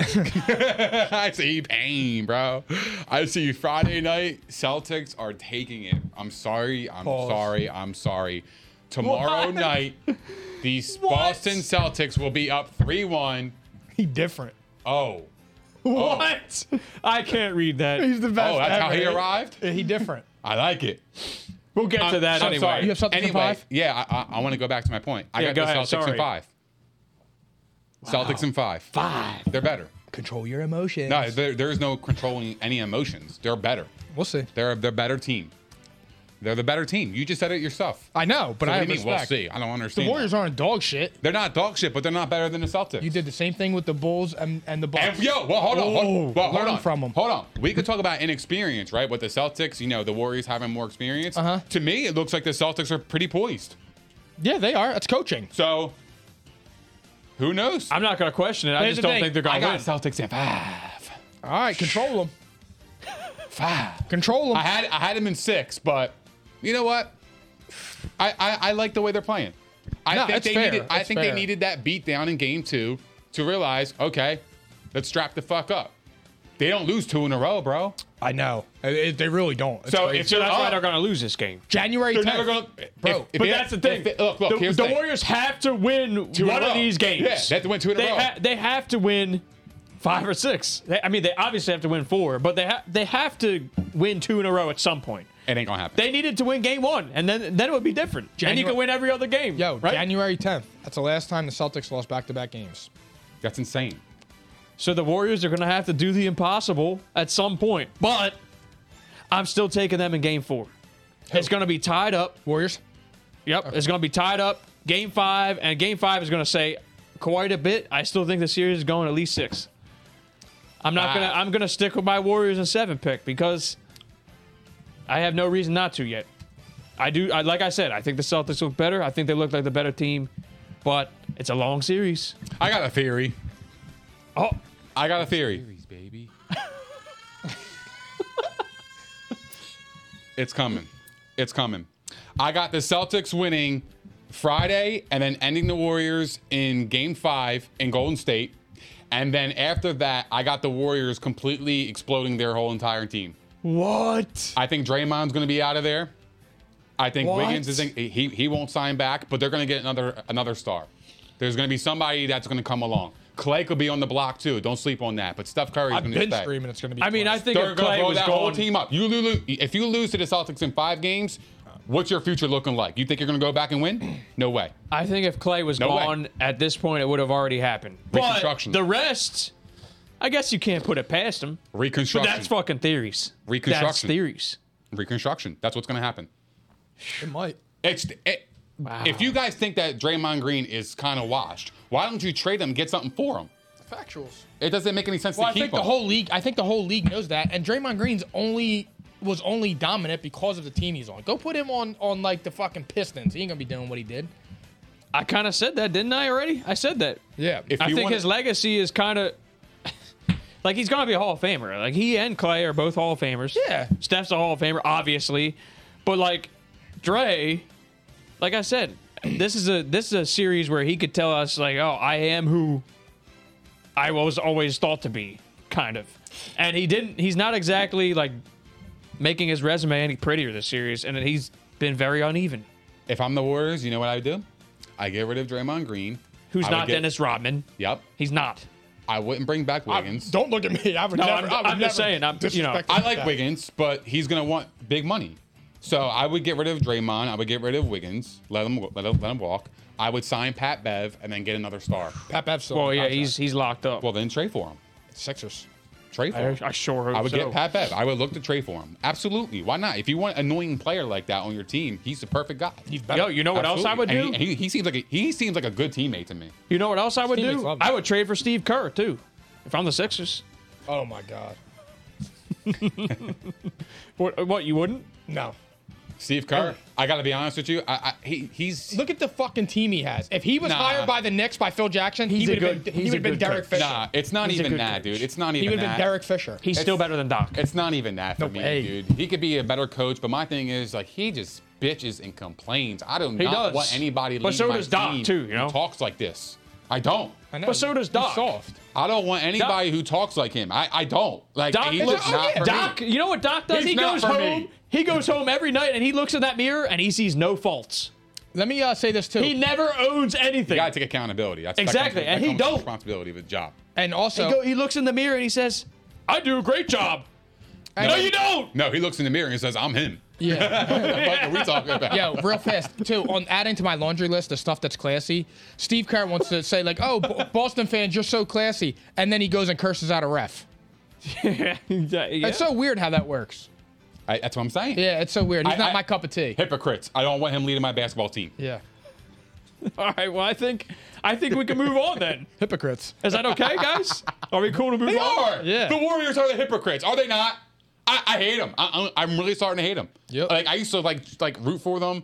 Speaker 1: I see pain, bro. I see Friday night. Celtics are taking it. I'm sorry. I'm
Speaker 2: Pause.
Speaker 1: sorry. I'm sorry. Tomorrow
Speaker 2: What?
Speaker 1: night, the Boston Celtics will be up 3 1.
Speaker 2: He different.
Speaker 1: Oh.
Speaker 4: what? I can't read that.
Speaker 2: He's the best.
Speaker 1: Oh, that's how he
Speaker 2: ever.
Speaker 1: arrived?
Speaker 2: Yeah, he different.
Speaker 1: I like it.
Speaker 4: We'll get to that
Speaker 1: I'm
Speaker 4: anyway.
Speaker 1: sorry.
Speaker 2: You have something for
Speaker 1: anyway,
Speaker 2: five?
Speaker 1: Yeah, I, I, I want to go back to my point. I
Speaker 4: Yeah,
Speaker 1: got
Speaker 4: go
Speaker 1: the
Speaker 4: ahead,
Speaker 1: Celtics in
Speaker 4: sorry.
Speaker 1: five. Celtics in five. Five. They're better.
Speaker 2: Control your emotions.
Speaker 1: No, there, there's no controlling any emotions. They're better.
Speaker 2: we'll see.
Speaker 1: They're they're better team. They're the better team. You just said it yourself.
Speaker 2: I know, but
Speaker 1: So
Speaker 2: I
Speaker 1: what
Speaker 2: have
Speaker 1: do you mean, we'll
Speaker 2: respect.
Speaker 1: see. I don't
Speaker 2: The
Speaker 1: understand.
Speaker 2: Warriors
Speaker 1: that.
Speaker 2: aren't dog shit.
Speaker 1: They're not dog shit, but they're not better than the Celtics.
Speaker 2: You did the same thing with the Bulls and, and the Bucks.
Speaker 1: And, yo, well, hold on.
Speaker 2: Oh,
Speaker 1: hold, well, hold
Speaker 2: learn
Speaker 1: on.
Speaker 2: from 'em.
Speaker 1: Hold on. We could talk about inexperience, right? With the Celtics, you know, the Warriors having more experience.
Speaker 2: Uh-huh.
Speaker 1: To me, it looks like the Celtics are pretty poised.
Speaker 2: Yeah, they are. That's coaching.
Speaker 1: So, who knows?
Speaker 4: I'm not gonna question it. I
Speaker 2: Here's
Speaker 4: just
Speaker 2: the
Speaker 4: don't
Speaker 2: thing.
Speaker 4: think they're
Speaker 1: I
Speaker 4: gonna
Speaker 1: got
Speaker 4: win.
Speaker 1: Celtics in five.
Speaker 2: All right, control them.
Speaker 1: Five.
Speaker 2: Control them.
Speaker 1: I had I had him in six, but you know what? I I, I like the way they're playing. I
Speaker 2: No,
Speaker 1: think
Speaker 2: it's
Speaker 1: they
Speaker 2: fair.
Speaker 1: needed I
Speaker 2: It's
Speaker 1: think
Speaker 2: fair.
Speaker 1: they needed that beat down in game two to realize, okay, let's strap the fuck up. They don't lose two in a row, bro.
Speaker 2: I know. It- it- they really don't. It's
Speaker 1: So
Speaker 2: crazy.
Speaker 1: if
Speaker 4: So that's why
Speaker 1: up.
Speaker 4: they're gonna lose this game.
Speaker 2: January
Speaker 1: They're
Speaker 2: 10th.
Speaker 1: never gonna
Speaker 2: Bro,
Speaker 1: if- if
Speaker 4: Oh. But
Speaker 1: it-
Speaker 4: that's the thing.
Speaker 1: if it- look, look,
Speaker 4: the,
Speaker 1: here's
Speaker 4: the
Speaker 1: the, thing.
Speaker 4: Warriors have to win
Speaker 1: in
Speaker 4: one
Speaker 1: a
Speaker 4: of
Speaker 1: row.
Speaker 4: these games.
Speaker 1: Yeah, they have to win two in a
Speaker 4: they
Speaker 1: row.
Speaker 4: ha- they have to win five or six. They, I mean, they obviously have to win four, but they ha- they have to win two in a row at some point.
Speaker 1: It ain't gonna happen.
Speaker 4: They needed to win game one, and then then it would be different. and you
Speaker 2: Janu-
Speaker 4: could win every other game.
Speaker 2: Yo,
Speaker 4: right?
Speaker 2: January 10th. That's the last time the Celtics lost back-to-back games.
Speaker 1: that's insane.
Speaker 4: So the Warriors are going to have to do the impossible at some point. But I'm still taking them in game four. It's going to be tied up.
Speaker 2: Warriors.
Speaker 4: Yep, it's going to be tied up. Game five, and game five is going to say quite a bit. I still think the series is going at least six. I'm not gonna.
Speaker 1: Wow.
Speaker 4: I'm gonna stick with my Warriors and seven pick because I have no reason not to yet. I do. I like I said. I think the Celtics look better. I think they look like the better team, but it's a long series.
Speaker 1: I got a theory.
Speaker 4: Oh,
Speaker 1: I got a theory. baby. it's coming. It's coming. I got the Celtics winning Friday and then ending the Warriors in game five in Golden State. And then after that, I got the Warriors completely exploding their whole entire team.
Speaker 4: what?
Speaker 1: I think Draymond's going to be out of there. I think
Speaker 4: What?
Speaker 1: Wiggins is in, he he won't sign back, but they're going to get another another star. There's going to be somebody that's going to come along. Clay could be on the block too. Don't sleep on that. But Steph Curry's
Speaker 2: I've
Speaker 1: going to
Speaker 2: been
Speaker 1: stay.
Speaker 2: screaming it's going to be
Speaker 4: I mean, I
Speaker 2: close.
Speaker 4: think
Speaker 1: They're
Speaker 4: if
Speaker 1: going to
Speaker 4: Clay
Speaker 1: blow
Speaker 4: was
Speaker 1: that
Speaker 4: gone,
Speaker 1: whole team up. You lose, if you lose to the Celtics in five games, what's your future looking like? You think you're going to go back and win? No way.
Speaker 4: I think if Clay was
Speaker 1: No way.
Speaker 4: gone at this point, it would have already happened. But
Speaker 1: Reconstruction.
Speaker 4: the rest, I guess you can't put it past him. But
Speaker 1: Reconstruction.
Speaker 4: that's fucking theories. That's
Speaker 1: Reconstruction.
Speaker 4: theories.
Speaker 1: Reconstruction. That's what's going to happen.
Speaker 2: it might.
Speaker 1: It's it, if you guys think that Draymond Green is kind of washed, why don't you trade him, and get something for him?
Speaker 2: Factuals.
Speaker 1: It doesn't make any sense
Speaker 2: Well,
Speaker 1: to
Speaker 2: I
Speaker 1: keep
Speaker 2: think
Speaker 1: him.
Speaker 2: the whole league. I think the whole league knows that. And Draymond Green's only was only dominant because of the team he's on. Go put him on on like the fucking Pistons. He ain't gonna be doing what he did.
Speaker 4: I kind of said that, didn't I already? I said that.
Speaker 2: Yeah.
Speaker 1: If
Speaker 4: I
Speaker 1: you
Speaker 4: think
Speaker 1: wanna-
Speaker 4: his legacy is kind of like he's gonna be a Hall of Famer. Like he and Clay are both Hall of Famers.
Speaker 2: Yeah.
Speaker 4: Steph's a Hall of Famer, obviously, but like Dre, like I said, this is a this is a series where he could tell us like, oh, I am who I was always thought to be, kind of, and he didn't. He's not exactly like making his resume any prettier this series, and he's been very uneven.
Speaker 1: If I'm the Warriors, you know what I would do? I get rid of Draymond Green.
Speaker 4: Who's
Speaker 1: I would
Speaker 4: not
Speaker 1: get-
Speaker 4: Dennis Rodman?
Speaker 1: Yep.
Speaker 4: He's not.
Speaker 1: I wouldn't bring back Wiggins.
Speaker 2: Don't look at me. I would
Speaker 4: No,
Speaker 2: never.
Speaker 4: I'm-
Speaker 2: I would
Speaker 4: I'm just
Speaker 2: never
Speaker 4: saying, I'm- you know,
Speaker 2: disrespect
Speaker 1: I
Speaker 2: him
Speaker 1: like
Speaker 2: that.
Speaker 1: Wiggins, but he's gonna want big money. So I would get rid of Draymond. I would get rid of Wiggins. Let him let him, let him walk. I would sign Pat Bev and then get another star.
Speaker 2: Pep Pep's still on
Speaker 4: Well,
Speaker 2: the
Speaker 4: yeah,
Speaker 2: contract.
Speaker 4: he's he's locked up.
Speaker 1: Well, then trade for him.
Speaker 2: Sixers.
Speaker 1: Trade for
Speaker 4: I,
Speaker 1: him.
Speaker 4: I sure hope
Speaker 1: I would
Speaker 4: so.
Speaker 1: get Pat Bev. I would look to trade for him. Absolutely. Why not? If you want an annoying player like that on your team, he's the perfect guy.
Speaker 2: He's better.
Speaker 4: Yo, you know what else I would
Speaker 1: Absolutely.
Speaker 4: do?
Speaker 1: And He, he, he seems like a, he seems like a good teammate to me.
Speaker 4: you know what else I would
Speaker 2: Teammates
Speaker 4: do?
Speaker 2: love him.
Speaker 4: I would trade for Steve Kerr too, if I'm the Sixers.
Speaker 2: oh my god.
Speaker 4: What? uh, What? You wouldn't?
Speaker 2: No.
Speaker 1: Steve Kerr. I got to be honest with you. I, I he, he's
Speaker 2: Look at the fucking team he has. If he was
Speaker 1: Nah.
Speaker 2: hired by the Knicks by Phil Jackson, he
Speaker 4: He's a
Speaker 2: would have
Speaker 4: good-
Speaker 2: been, he
Speaker 4: he's a
Speaker 2: would've been
Speaker 4: good
Speaker 2: Derek
Speaker 4: coach.
Speaker 2: Fisher.
Speaker 1: nah. It's not
Speaker 4: He's a
Speaker 1: even
Speaker 4: good
Speaker 1: that,
Speaker 4: coach.
Speaker 1: dude. It's not even
Speaker 2: he would have
Speaker 1: that.
Speaker 2: been Derek Fisher.
Speaker 4: He's still better than Doc.
Speaker 1: It's not even that for me,
Speaker 4: way.
Speaker 1: dude. He could be a better coach, but my thing is like he just bitches and complains. I do not
Speaker 4: does.
Speaker 1: want anybody.
Speaker 4: But
Speaker 1: leading
Speaker 4: so
Speaker 1: my
Speaker 4: does Doc,
Speaker 1: team
Speaker 4: too, you
Speaker 1: who
Speaker 4: know?
Speaker 1: talks like this. I don't.
Speaker 2: I know.
Speaker 4: But so does
Speaker 2: He's
Speaker 4: Doc.
Speaker 2: Soft.
Speaker 1: I don't want anybody who talks like him. I, I don't. Like
Speaker 4: Doc,
Speaker 1: he looks
Speaker 4: oh,
Speaker 1: not
Speaker 4: yeah,
Speaker 1: for
Speaker 4: Doc.
Speaker 1: me.
Speaker 4: You know what Doc does?
Speaker 1: He's
Speaker 4: he
Speaker 1: not
Speaker 4: goes
Speaker 1: for me.
Speaker 4: home. He goes home every night and he looks in that mirror and he sees no faults.
Speaker 2: Let me uh, say this too.
Speaker 4: He never owns anything.
Speaker 1: You gotta take accountability. That's that
Speaker 4: Exactly,
Speaker 1: comes- that
Speaker 4: and he
Speaker 1: comes
Speaker 4: don't.
Speaker 1: with responsibility of the job.
Speaker 2: and
Speaker 4: He
Speaker 2: also,
Speaker 4: go- he looks in the mirror and he says, "I do a great job." no, you don't.
Speaker 1: No, he looks in the mirror and says, "I'm him."
Speaker 2: yeah.
Speaker 1: What the fuck are we talking about?
Speaker 2: Yo, real fast too. On adding to my laundry list the stuff that's classy, Steve Kerr wants to say like, "Oh, B- Boston fans, you're so classy," and then he goes and curses out a ref.
Speaker 4: yeah, yeah.
Speaker 2: It's so weird how that works.
Speaker 1: I, that's what I'm saying.
Speaker 2: Yeah, it's so weird. He's
Speaker 1: I-
Speaker 2: not
Speaker 1: I-
Speaker 2: my cup of tea.
Speaker 1: Hypocrites. I don't want him leading my basketball team.
Speaker 2: Yeah,
Speaker 4: All right. Well, I think I think we can move on then.
Speaker 2: hypocrites.
Speaker 4: Is that okay, guys? Are we cool to move
Speaker 1: They
Speaker 4: on?
Speaker 1: are.
Speaker 4: Yeah.
Speaker 1: The Warriors are the hypocrites. Are they not? I, I hate them. I, I'm, I'm really starting to hate them.
Speaker 2: Yep.
Speaker 1: Like I used to like like root for them,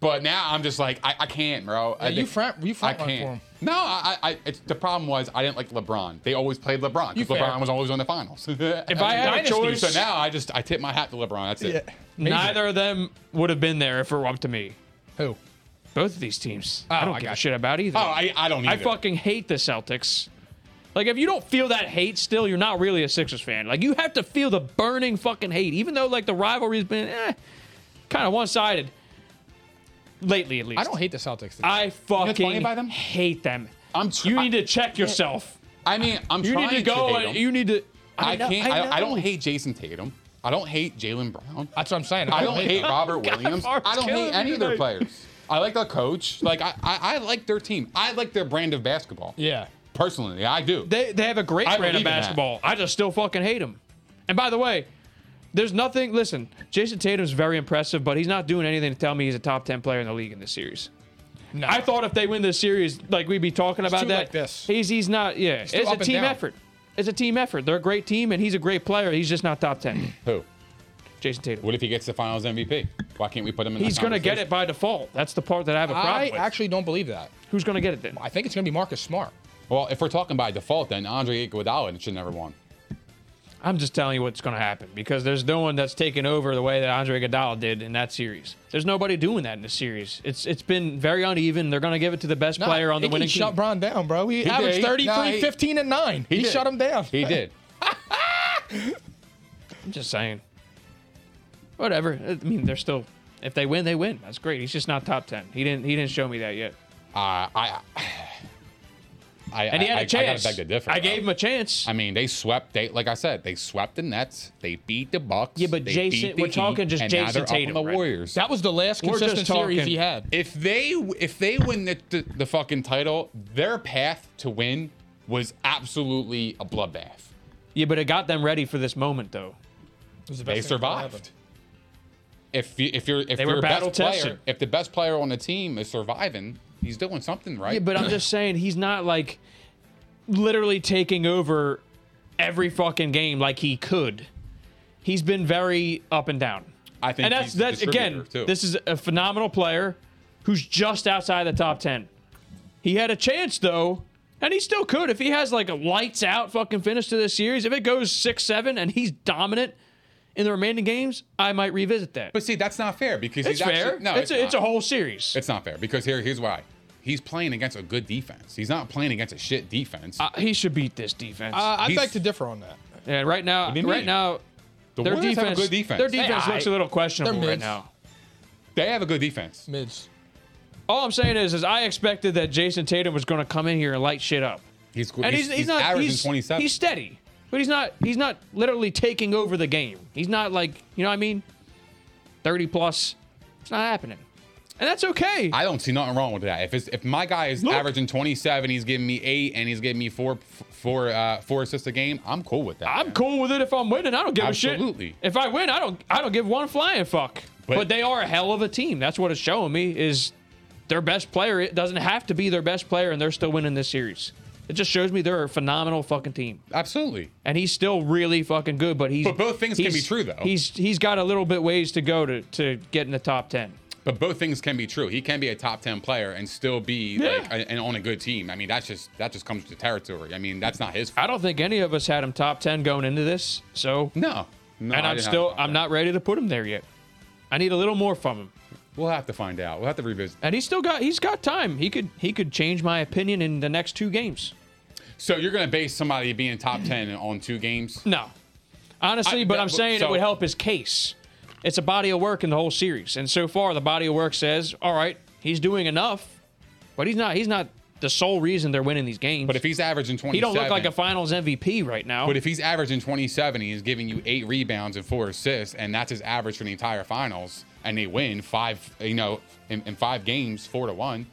Speaker 1: but now I'm just like I, I can't, bro. I,
Speaker 2: you front- you front
Speaker 1: I
Speaker 2: run
Speaker 1: can't.
Speaker 2: for 'em.
Speaker 1: No, I, I I- it's, the problem was I didn't like LeBron. They always played LeBron
Speaker 2: You
Speaker 1: because
Speaker 2: fair.
Speaker 1: LeBron was always on the finals. if
Speaker 4: I had a choice-
Speaker 1: so now I just I tip my hat to LeBron. That's it.
Speaker 4: Neither of them would have been there if it were up to me.
Speaker 2: Who?
Speaker 4: Both of these teams, I don't
Speaker 2: I
Speaker 4: give a
Speaker 2: got
Speaker 4: shit about either.
Speaker 1: Oh, I, I don't. Either.
Speaker 4: I fucking hate the Celtics. Like, if you don't feel that hate still, you're not really a Sixers fan. Like, you have to feel the burning fucking hate, even though, like, the rivalry's been eh, kind of one sided lately, at least.
Speaker 2: I don't hate the Celtics.
Speaker 4: I fucking
Speaker 1: what's funny about them?
Speaker 4: hate them.
Speaker 1: I'm tr-
Speaker 4: you need to check yourself.
Speaker 1: I mean, I'm
Speaker 4: You
Speaker 1: trying
Speaker 4: need to go.
Speaker 1: hate
Speaker 4: and
Speaker 1: 'em.
Speaker 4: you need to.
Speaker 1: I,
Speaker 4: know-
Speaker 1: can't. I, I, don't
Speaker 4: know.
Speaker 1: hate Jason Tatum. I don't hate Jalen Brown.
Speaker 2: That's what I'm saying.
Speaker 1: I don't hate Robert Williams.
Speaker 4: Mark's
Speaker 1: I don't
Speaker 4: killing
Speaker 1: hate
Speaker 4: me
Speaker 1: any of their
Speaker 4: tonight.
Speaker 1: players. I like their coach. Like I, I, I like their team. I like their brand of basketball.
Speaker 2: Yeah.
Speaker 1: Personally, I do.
Speaker 4: They they have a great
Speaker 1: I
Speaker 4: brand of
Speaker 1: believe in that.
Speaker 4: basketball. I just still fucking hate them. And by the way, there's nothing. Listen, Jason Tatum's very impressive, but he's not doing anything to tell me he's a top ten player in the league in this series.
Speaker 2: No.
Speaker 4: I thought if they win this series, like we'd be talking about
Speaker 2: too
Speaker 4: that.
Speaker 2: like this.
Speaker 4: He's he's not. Yeah,
Speaker 2: too
Speaker 4: it's a
Speaker 2: up and
Speaker 4: team
Speaker 2: down.
Speaker 4: effort. It's a team effort. They're a great team, and he's a great player. He's just not top ten.
Speaker 1: Who?
Speaker 4: Jason Tatum.
Speaker 1: What if he gets the Finals MVP? Why can't we put him in?
Speaker 4: He's
Speaker 1: that
Speaker 4: gonna get
Speaker 1: conversation?
Speaker 4: it by default. That's the part that I have a problem
Speaker 2: I
Speaker 4: with.
Speaker 2: actually don't believe that.
Speaker 4: Who's gonna get it then?
Speaker 2: I think it's gonna be Marcus Smart.
Speaker 1: Well, if we're talking by default, then Andre Iguodala should never won.
Speaker 4: I'm just telling you what's going to happen because there's no one that's taken over the way that Andre Iguodala did in that series. There's nobody doing that in the series. It's it's been very uneven. They're going to give it to the best player on the
Speaker 2: Iggy
Speaker 4: winning team.
Speaker 2: shut Bron down, bro. He, averaged
Speaker 1: did.
Speaker 2: 33,
Speaker 1: Nah, he-
Speaker 2: 15, and 9. He,
Speaker 1: did.
Speaker 2: shut him down.
Speaker 1: He did.
Speaker 4: I'm just saying. Whatever. I mean, they're still. If they win, they win. That's great. He's just not top ten. He didn't. He didn't show me that yet.
Speaker 1: Uh, I, I,
Speaker 4: And he had
Speaker 1: I,
Speaker 4: a chance.
Speaker 1: I, gotta beg to differ.
Speaker 4: I gave him a chance.
Speaker 1: I mean, they swept. They like I said, they swept the Nets. They beat the Bucks.
Speaker 4: Yeah, but
Speaker 1: they
Speaker 4: Jason-
Speaker 1: beat the
Speaker 4: we're talking
Speaker 1: Heat,
Speaker 4: just
Speaker 1: and now
Speaker 4: Jason
Speaker 1: they're up on
Speaker 4: Tatum,
Speaker 1: the
Speaker 4: right?
Speaker 1: Warriors.
Speaker 2: That was the last
Speaker 4: We're just
Speaker 2: consistent series
Speaker 4: talking.
Speaker 2: he had.
Speaker 1: if they if they win the, the the fucking title, their path to win was absolutely a bloodbath.
Speaker 4: yeah, but it got them ready for this moment, though.
Speaker 1: They survived. If you, if you're if
Speaker 4: They
Speaker 1: you're
Speaker 4: were
Speaker 1: best
Speaker 4: battle-tested.
Speaker 1: player, if the best player on the team is surviving, he's doing something right.
Speaker 4: Yeah, but uh, I'm just saying he's not like literally taking over every fucking game like he could. He's been very up and down.
Speaker 1: I think
Speaker 4: And that's
Speaker 1: he's the
Speaker 4: that's again,
Speaker 1: distributor, too.
Speaker 4: this is a phenomenal player who's just outside the top 10. He had a chance though, and he still could if he has like a lights out fucking finish to this series. If it goes six seven and he's dominant in the remaining games, I might revisit that.
Speaker 1: But see, that's not fair because
Speaker 4: it's
Speaker 1: he's actually-
Speaker 4: fair.
Speaker 1: no,
Speaker 4: it's, a, it's a
Speaker 1: not.
Speaker 4: whole series.
Speaker 1: It's not fair because here, here's why. He's playing against a good defense. He's not playing against a shit defense.
Speaker 4: Uh, he should beat this defense.
Speaker 2: Uh, I'd
Speaker 1: He's-
Speaker 2: like to differ on that.
Speaker 4: yeah, right now,
Speaker 1: do you
Speaker 4: right
Speaker 1: mean?
Speaker 4: now,
Speaker 1: the
Speaker 4: their
Speaker 1: Warriors
Speaker 4: defense,
Speaker 1: have a good defense.
Speaker 4: Their defense looks a little questionable
Speaker 2: They're
Speaker 4: right
Speaker 2: mids.
Speaker 4: now.
Speaker 1: They have a good defense.
Speaker 2: Mids.
Speaker 4: All I'm saying is, is I expected that Jason Tatum was going to come in here and light shit up,
Speaker 1: He's good.
Speaker 4: and he's, he's, not
Speaker 1: averaging
Speaker 4: he's,
Speaker 1: 27.
Speaker 4: He's steady, but he's not he's not literally taking over the game. He's not like you know what I mean, thirty plus. It's not happening, and that's okay.
Speaker 1: I don't see nothing wrong with that. If it's, if my guy is
Speaker 4: Look.
Speaker 1: averaging 27, he's giving me eight, and he's giving me four f- four uh, four assists a game, I'm cool with that.
Speaker 4: I'm
Speaker 1: man.
Speaker 4: cool with it if I'm winning. I don't give a shit.
Speaker 1: Absolutely.
Speaker 4: If I win, I don't I don't give one flying fuck. But,
Speaker 1: But-
Speaker 4: they are a hell of a team. That's what it's showing me is their best player. It doesn't have to be their best player, and they're still winning this series. It just shows me they're a phenomenal fucking team,
Speaker 1: Absolutely.
Speaker 4: and he's still really fucking good. But he's
Speaker 1: But both things can be
Speaker 4: he's-
Speaker 1: true, though.
Speaker 4: He's he's got a little bit ways to go to to get in the top ten.
Speaker 1: But both things can be true. He can be a top 10 player and still be
Speaker 4: Yeah.
Speaker 1: like a, and on a good team. I mean, that's just that just comes to territory. I mean, that's not his fault.
Speaker 4: I don't think any of us had him top ten going into this. So
Speaker 1: No.
Speaker 4: and
Speaker 1: no I
Speaker 4: I'm
Speaker 1: didn't have
Speaker 4: still
Speaker 1: to find
Speaker 4: I'm
Speaker 1: out.
Speaker 4: not ready to put him there yet. I need a little more from him.
Speaker 1: We'll have to find out. We'll have to revisit.
Speaker 4: and he's still got he's got time. He could he could change my opinion in the next two games.
Speaker 1: So you're gonna base somebody being top 10 on two games?
Speaker 4: No, honestly,
Speaker 1: I-
Speaker 4: but
Speaker 1: that-
Speaker 4: I'm saying it
Speaker 1: so-
Speaker 4: would help his case. It's a body of work in the whole series, and so far the body of work says, all right, he's doing enough, but he's not he's not the sole reason they're winning these games.
Speaker 1: But if he's averaging 27,
Speaker 4: he don't look like a Finals MVP right now.
Speaker 1: But if he's averaging 27, he's giving you eight rebounds and four assists, and that's his average for the entire finals, and they win five, you know, in, in five games, four to one.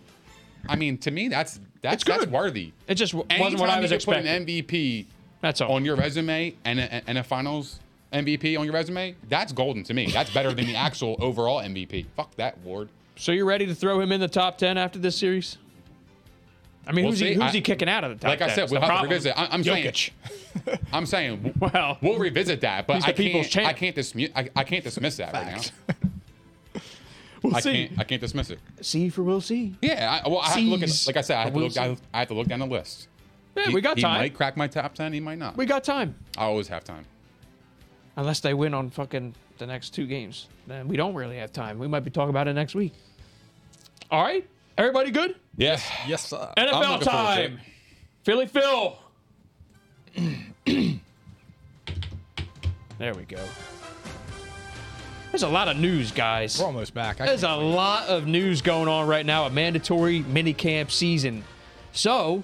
Speaker 1: I mean, to me, that's
Speaker 4: It's
Speaker 1: that's that's
Speaker 4: good.
Speaker 1: worthy.
Speaker 4: It just w- wasn't what
Speaker 1: Anytime
Speaker 4: I was
Speaker 1: you can put
Speaker 4: expecting.
Speaker 1: an MVP
Speaker 4: That's all.
Speaker 1: on your resume and a, and a finals MVP on your resume, that's golden to me. That's better than the actual overall MVP. Fuck that, Ward.
Speaker 4: so you're ready to throw him in the top ten after this series? I mean,
Speaker 1: We'll
Speaker 4: who's,
Speaker 1: see.
Speaker 4: he, who's
Speaker 1: I-
Speaker 4: he kicking out of the top?
Speaker 1: Like I
Speaker 4: 10?
Speaker 1: said,
Speaker 4: It's
Speaker 1: we'll
Speaker 4: the
Speaker 1: have to
Speaker 4: problem.
Speaker 1: revisit. I- I'm saying-
Speaker 4: Jokic.
Speaker 1: I'm saying,
Speaker 4: Well,
Speaker 1: we'll revisit that, but
Speaker 4: he's
Speaker 1: I
Speaker 4: the people's
Speaker 1: can't,
Speaker 4: champ.
Speaker 1: I can't dismiss, I, I can't dismiss that right now.
Speaker 4: we'll
Speaker 1: I
Speaker 4: see.
Speaker 1: can't, I can't dismiss it.
Speaker 4: See for we'll see.
Speaker 1: Yeah, I, well, I have to look at
Speaker 4: Seas.
Speaker 1: like I said, I have, to
Speaker 4: We'll
Speaker 1: look, I,
Speaker 4: see.
Speaker 1: have, I have to look down the list.
Speaker 4: Yeah,
Speaker 1: He-
Speaker 4: we got
Speaker 1: he
Speaker 4: time.
Speaker 1: might crack my top ten. He might not.
Speaker 4: We got time.
Speaker 1: I always have time.
Speaker 4: Unless they win on fucking the next two games. Then we don't really have time. We might be talking about it next week. All right. Everybody good?
Speaker 1: Yes.
Speaker 6: Yes, sir.
Speaker 4: NFL time. Philly Phil. there we go. There's a lot of news, guys.
Speaker 2: We're almost back. I
Speaker 4: There's
Speaker 2: can't-
Speaker 4: a lot of news going on right now, a mandatory minicamp season. So,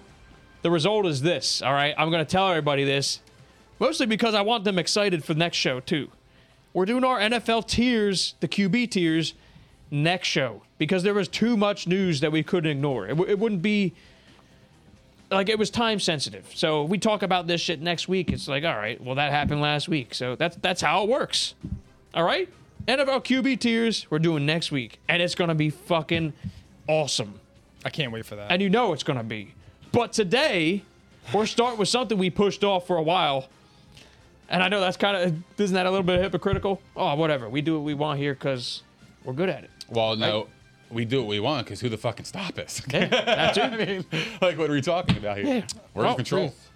Speaker 4: the result is this, all right? I'm going to tell everybody this, mostly because I want them excited for next show, too. We're doing our NFL tiers, the QB tiers, next show because there was too much news that we couldn't ignore. It, w- it wouldn't be like it was time sensitive. So if we talk about this shit next week. It's like, all right, well that happened last week. So that's that's how it works. All right, NFL QB tiers we're doing next week, and it's gonna be fucking awesome,
Speaker 2: I can't wait for that.
Speaker 4: and you know it's gonna be. But today, we're starting with something we pushed off for a while. And I know that's kind of isn't that a little bit hypocritical? Oh, whatever. We do what we want here because we're good at it.
Speaker 1: Well, no, we do what we want because who the fuck can stop us?
Speaker 4: Yeah, that's it.
Speaker 1: I mean, like what are we talking about here?
Speaker 4: Yeah.
Speaker 1: We're
Speaker 4: Oh,
Speaker 1: in control.
Speaker 4: truth.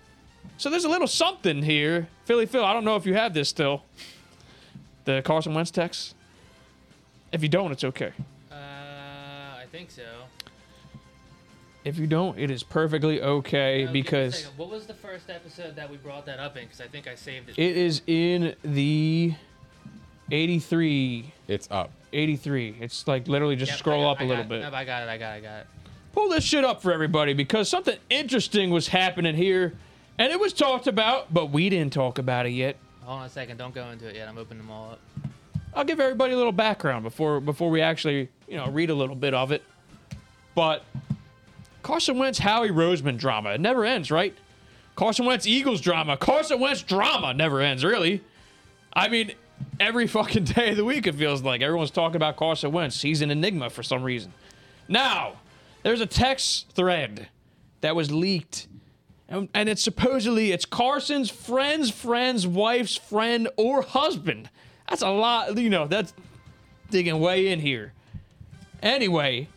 Speaker 4: So there's a little something here. Philly Phil, I don't know if you have this still. The Carson Wentz text. If you don't, it's okay.
Speaker 3: Uh, I think so.
Speaker 4: If you don't, it is perfectly okay
Speaker 3: Now, give me a
Speaker 4: because
Speaker 3: second. what was the first episode that we brought that up in? Because I think I saved it.
Speaker 4: it is in the 83.
Speaker 1: It's up.
Speaker 4: 83. It's like literally just
Speaker 3: Yep, I
Speaker 4: scroll
Speaker 3: got-
Speaker 4: up a
Speaker 3: I
Speaker 4: little
Speaker 3: got-
Speaker 4: bit.
Speaker 3: Nope, I got it. I got it. I got it.
Speaker 4: pull this shit up for everybody because something interesting was happening here and it was talked about, but we didn't talk about it yet.
Speaker 3: Hold on a second. Don't go into it yet. I'm opening them all up.
Speaker 4: I'll give everybody a little background before before we actually you know read a little bit of it. But Carson Wentz Howie Roseman drama it never ends, right? Carson Wentz Eagles drama, Carson Wentz drama never ends, really. I mean, every fucking day of the week it feels like everyone's talking about Carson Wentz. He's an enigma for some reason. Now, there's a text thread that was leaked and, and it's supposedly it's Carson's friend's friend's wife's friend or husband. That's a lot, you know. That's digging way in here. Anyway,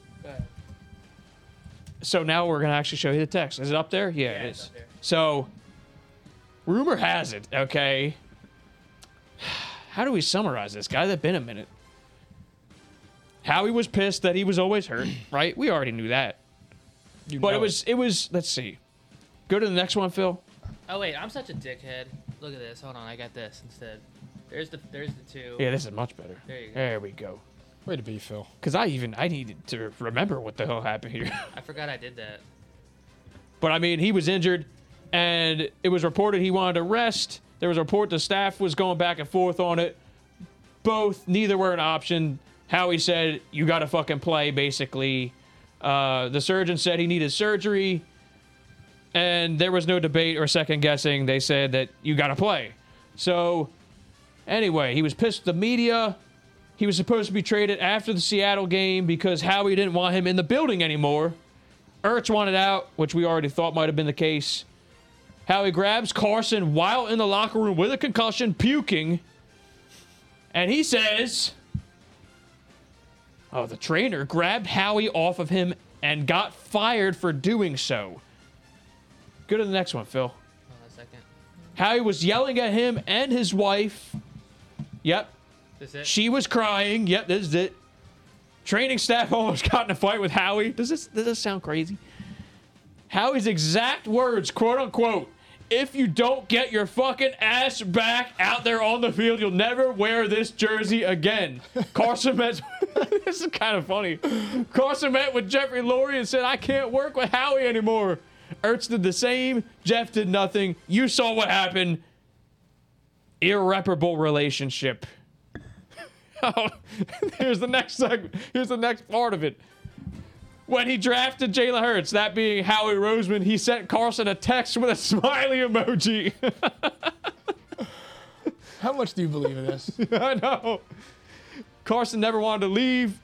Speaker 4: So now we're gonna actually show you the text. Is it up there? Yeah, it
Speaker 3: it's
Speaker 4: is.
Speaker 3: up there.
Speaker 4: So, rumor has it. Okay. How do we summarize this guy? That been a minute. Howie was pissed that he was always hurt. Right? We already knew that. but
Speaker 2: know
Speaker 4: it was. It was. Let's see. Go to the next one, Phil.
Speaker 3: Oh wait, I'm such a dickhead. Look at this. Hold on, I got this instead. There's the there's the two.
Speaker 4: Yeah, this is much better.
Speaker 3: There you go.
Speaker 4: There we go.
Speaker 2: Way to be, Phil.
Speaker 4: Because I even I needed to remember what the hell happened here.
Speaker 3: I forgot I did that.
Speaker 4: But I mean, he was injured, and it was reported he wanted to rest. There was a report the staff was going back and forth on it. Both, neither were an option. Howie said, "You got to fucking play." Basically, uh, the surgeon said he needed surgery, and there was no debate or second guessing. They said that you got to play. So, anyway, he was pissed at the media. He was supposed to be traded after the Seattle game because Howie didn't want him in the building anymore. Ertz wanted out, which we already thought might have been the case. Howie grabs Carson while in the locker room with a concussion, puking. And he says, Oh, the trainer grabbed Howie off of him and got fired for doing so. Go to the next one, Phil.
Speaker 3: Hold on a second.
Speaker 4: Howie was yelling at him and his wife. Yep,
Speaker 3: This it.
Speaker 4: she was crying. Yep, this is it. Training staff almost got in a fight with Howie. Does this does this sound crazy? Howie's exact words, quote unquote, if you don't get your fucking ass back out there on the field, you'll never wear this jersey again. Carson met this is kind of funny. Carson met with Jeffrey Lurie and said, I can't work with Howie anymore. Ertz did the same. Jeff did nothing. You saw what happened. Irreparable relationship. Oh, here's the next segment. Here's the next part of it. When he drafted Jalen Hurts, that being Howie Roseman, he sent Carson a text with a smiley emoji.
Speaker 2: How much do you believe in this?
Speaker 4: I know. Carson never wanted to leave,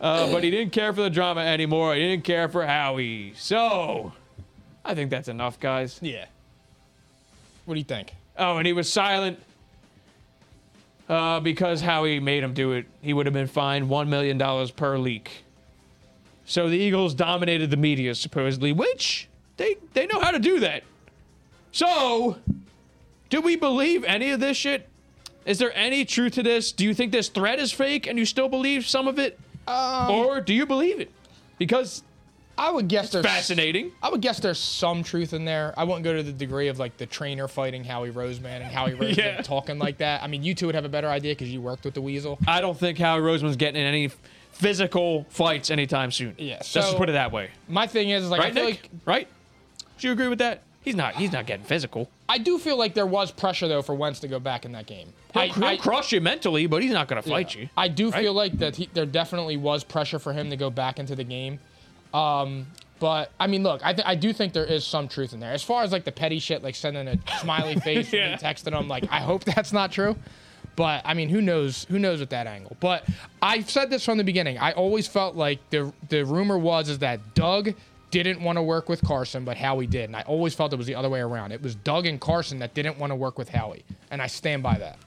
Speaker 4: uh, but he didn't care for the drama anymore. He didn't care for Howie. So, I think that's enough, guys.
Speaker 2: yeah. What do you think?
Speaker 4: Oh, and he was silent uh, because Howie made him do it. He would have been fined $1 million per leak. So the Eagles dominated the media, supposedly, which they, they know how to do that. So, do we believe any of this shit? Is there any truth to this? Do you think this threat is fake and you still believe some of it? or do you believe it? Because
Speaker 2: I would guess there's
Speaker 4: fascinating.
Speaker 2: I would guess there's some truth in there. I wouldn't go to the degree of like the trainer fighting Howie Roseman and Howie Roseman
Speaker 4: Yeah.
Speaker 2: talking like that. I mean, you two would have a better idea because you worked with the Weasel.
Speaker 4: I don't think Howie Roseman's getting in any physical fights anytime soon.
Speaker 2: Yeah,
Speaker 4: Let's just
Speaker 2: so-
Speaker 4: put it that way.
Speaker 2: My thing is, is like I
Speaker 4: right,
Speaker 2: feel
Speaker 4: Nick?
Speaker 2: like
Speaker 4: right? Do you agree with that? He's not. He's not getting physical.
Speaker 2: I do feel like there was pressure though for Wentz to go back in that game.
Speaker 4: He'll,
Speaker 2: I,
Speaker 4: he'll
Speaker 2: I-
Speaker 4: crush you mentally, but he's not going to fight you.
Speaker 2: I do
Speaker 4: right?
Speaker 2: feel like that he, there definitely was pressure for him to go back into the game. Um, but I mean, look, I, th- I do think there is some truth in there. As far as like the petty shit, like sending a smiley face when
Speaker 4: Yeah.
Speaker 2: and texting him, like I hope that's not true. But I mean, who knows? Who knows at that angle? But I've said this from the beginning. I always felt like the the rumor was is that Doug didn't want to work with Carson, but Howie did, and I always felt it was the other way around. It was Doug and Carson that didn't want to work with Howie, and I stand by that.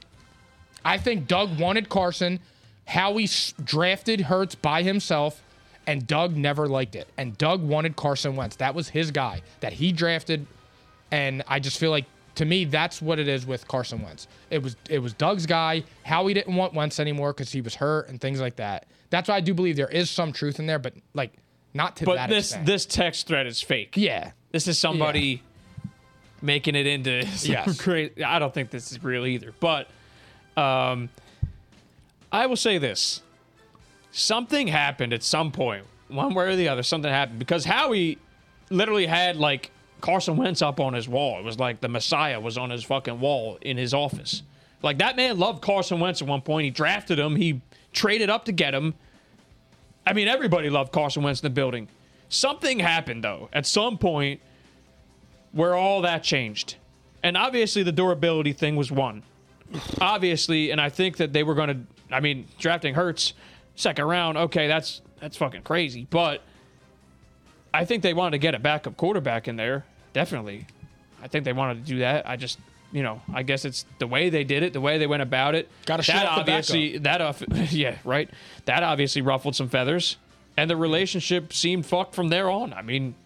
Speaker 2: I think Doug wanted Carson. Howie s- drafted Hertz by himself, and Doug never liked it. And Doug wanted Carson Wentz. That was his guy that he drafted, and I just feel like to me that's what it is with Carson Wentz. It was it was Doug's guy. Howie didn't want Wentz anymore because he was hurt and things like that. That's why I do believe there is some truth in there, but like not to
Speaker 4: But
Speaker 2: that
Speaker 4: this
Speaker 2: extent.
Speaker 4: this text thread is fake.
Speaker 2: yeah.
Speaker 4: This is somebody making it into some
Speaker 2: Yes.
Speaker 4: great. I don't think this is real either. But um, I will say this: something happened at some point, one way or the other. Something happened because Howie literally had like Carson Wentz up on his wall. It was like the Messiah was on his fucking wall in his office. Like that man loved Carson Wentz at one point. He drafted him. He traded up to get him. I mean, everybody loved Carson Wentz in the building. Something happened though at some point where all that changed. And obviously, the durability thing was one. obviously, and I think that they were going to. I mean, drafting Hurts second round. Okay, that's that's fucking crazy. But I think they wanted to get a backup quarterback in there. Definitely, I think they wanted to do that. I just. You know, I guess it's the way they did it, the way they went about it.
Speaker 2: Gotta show
Speaker 4: that
Speaker 2: off the
Speaker 4: obviously that off, yeah, right. That obviously ruffled some feathers. and the relationship seemed fucked from there on. I mean,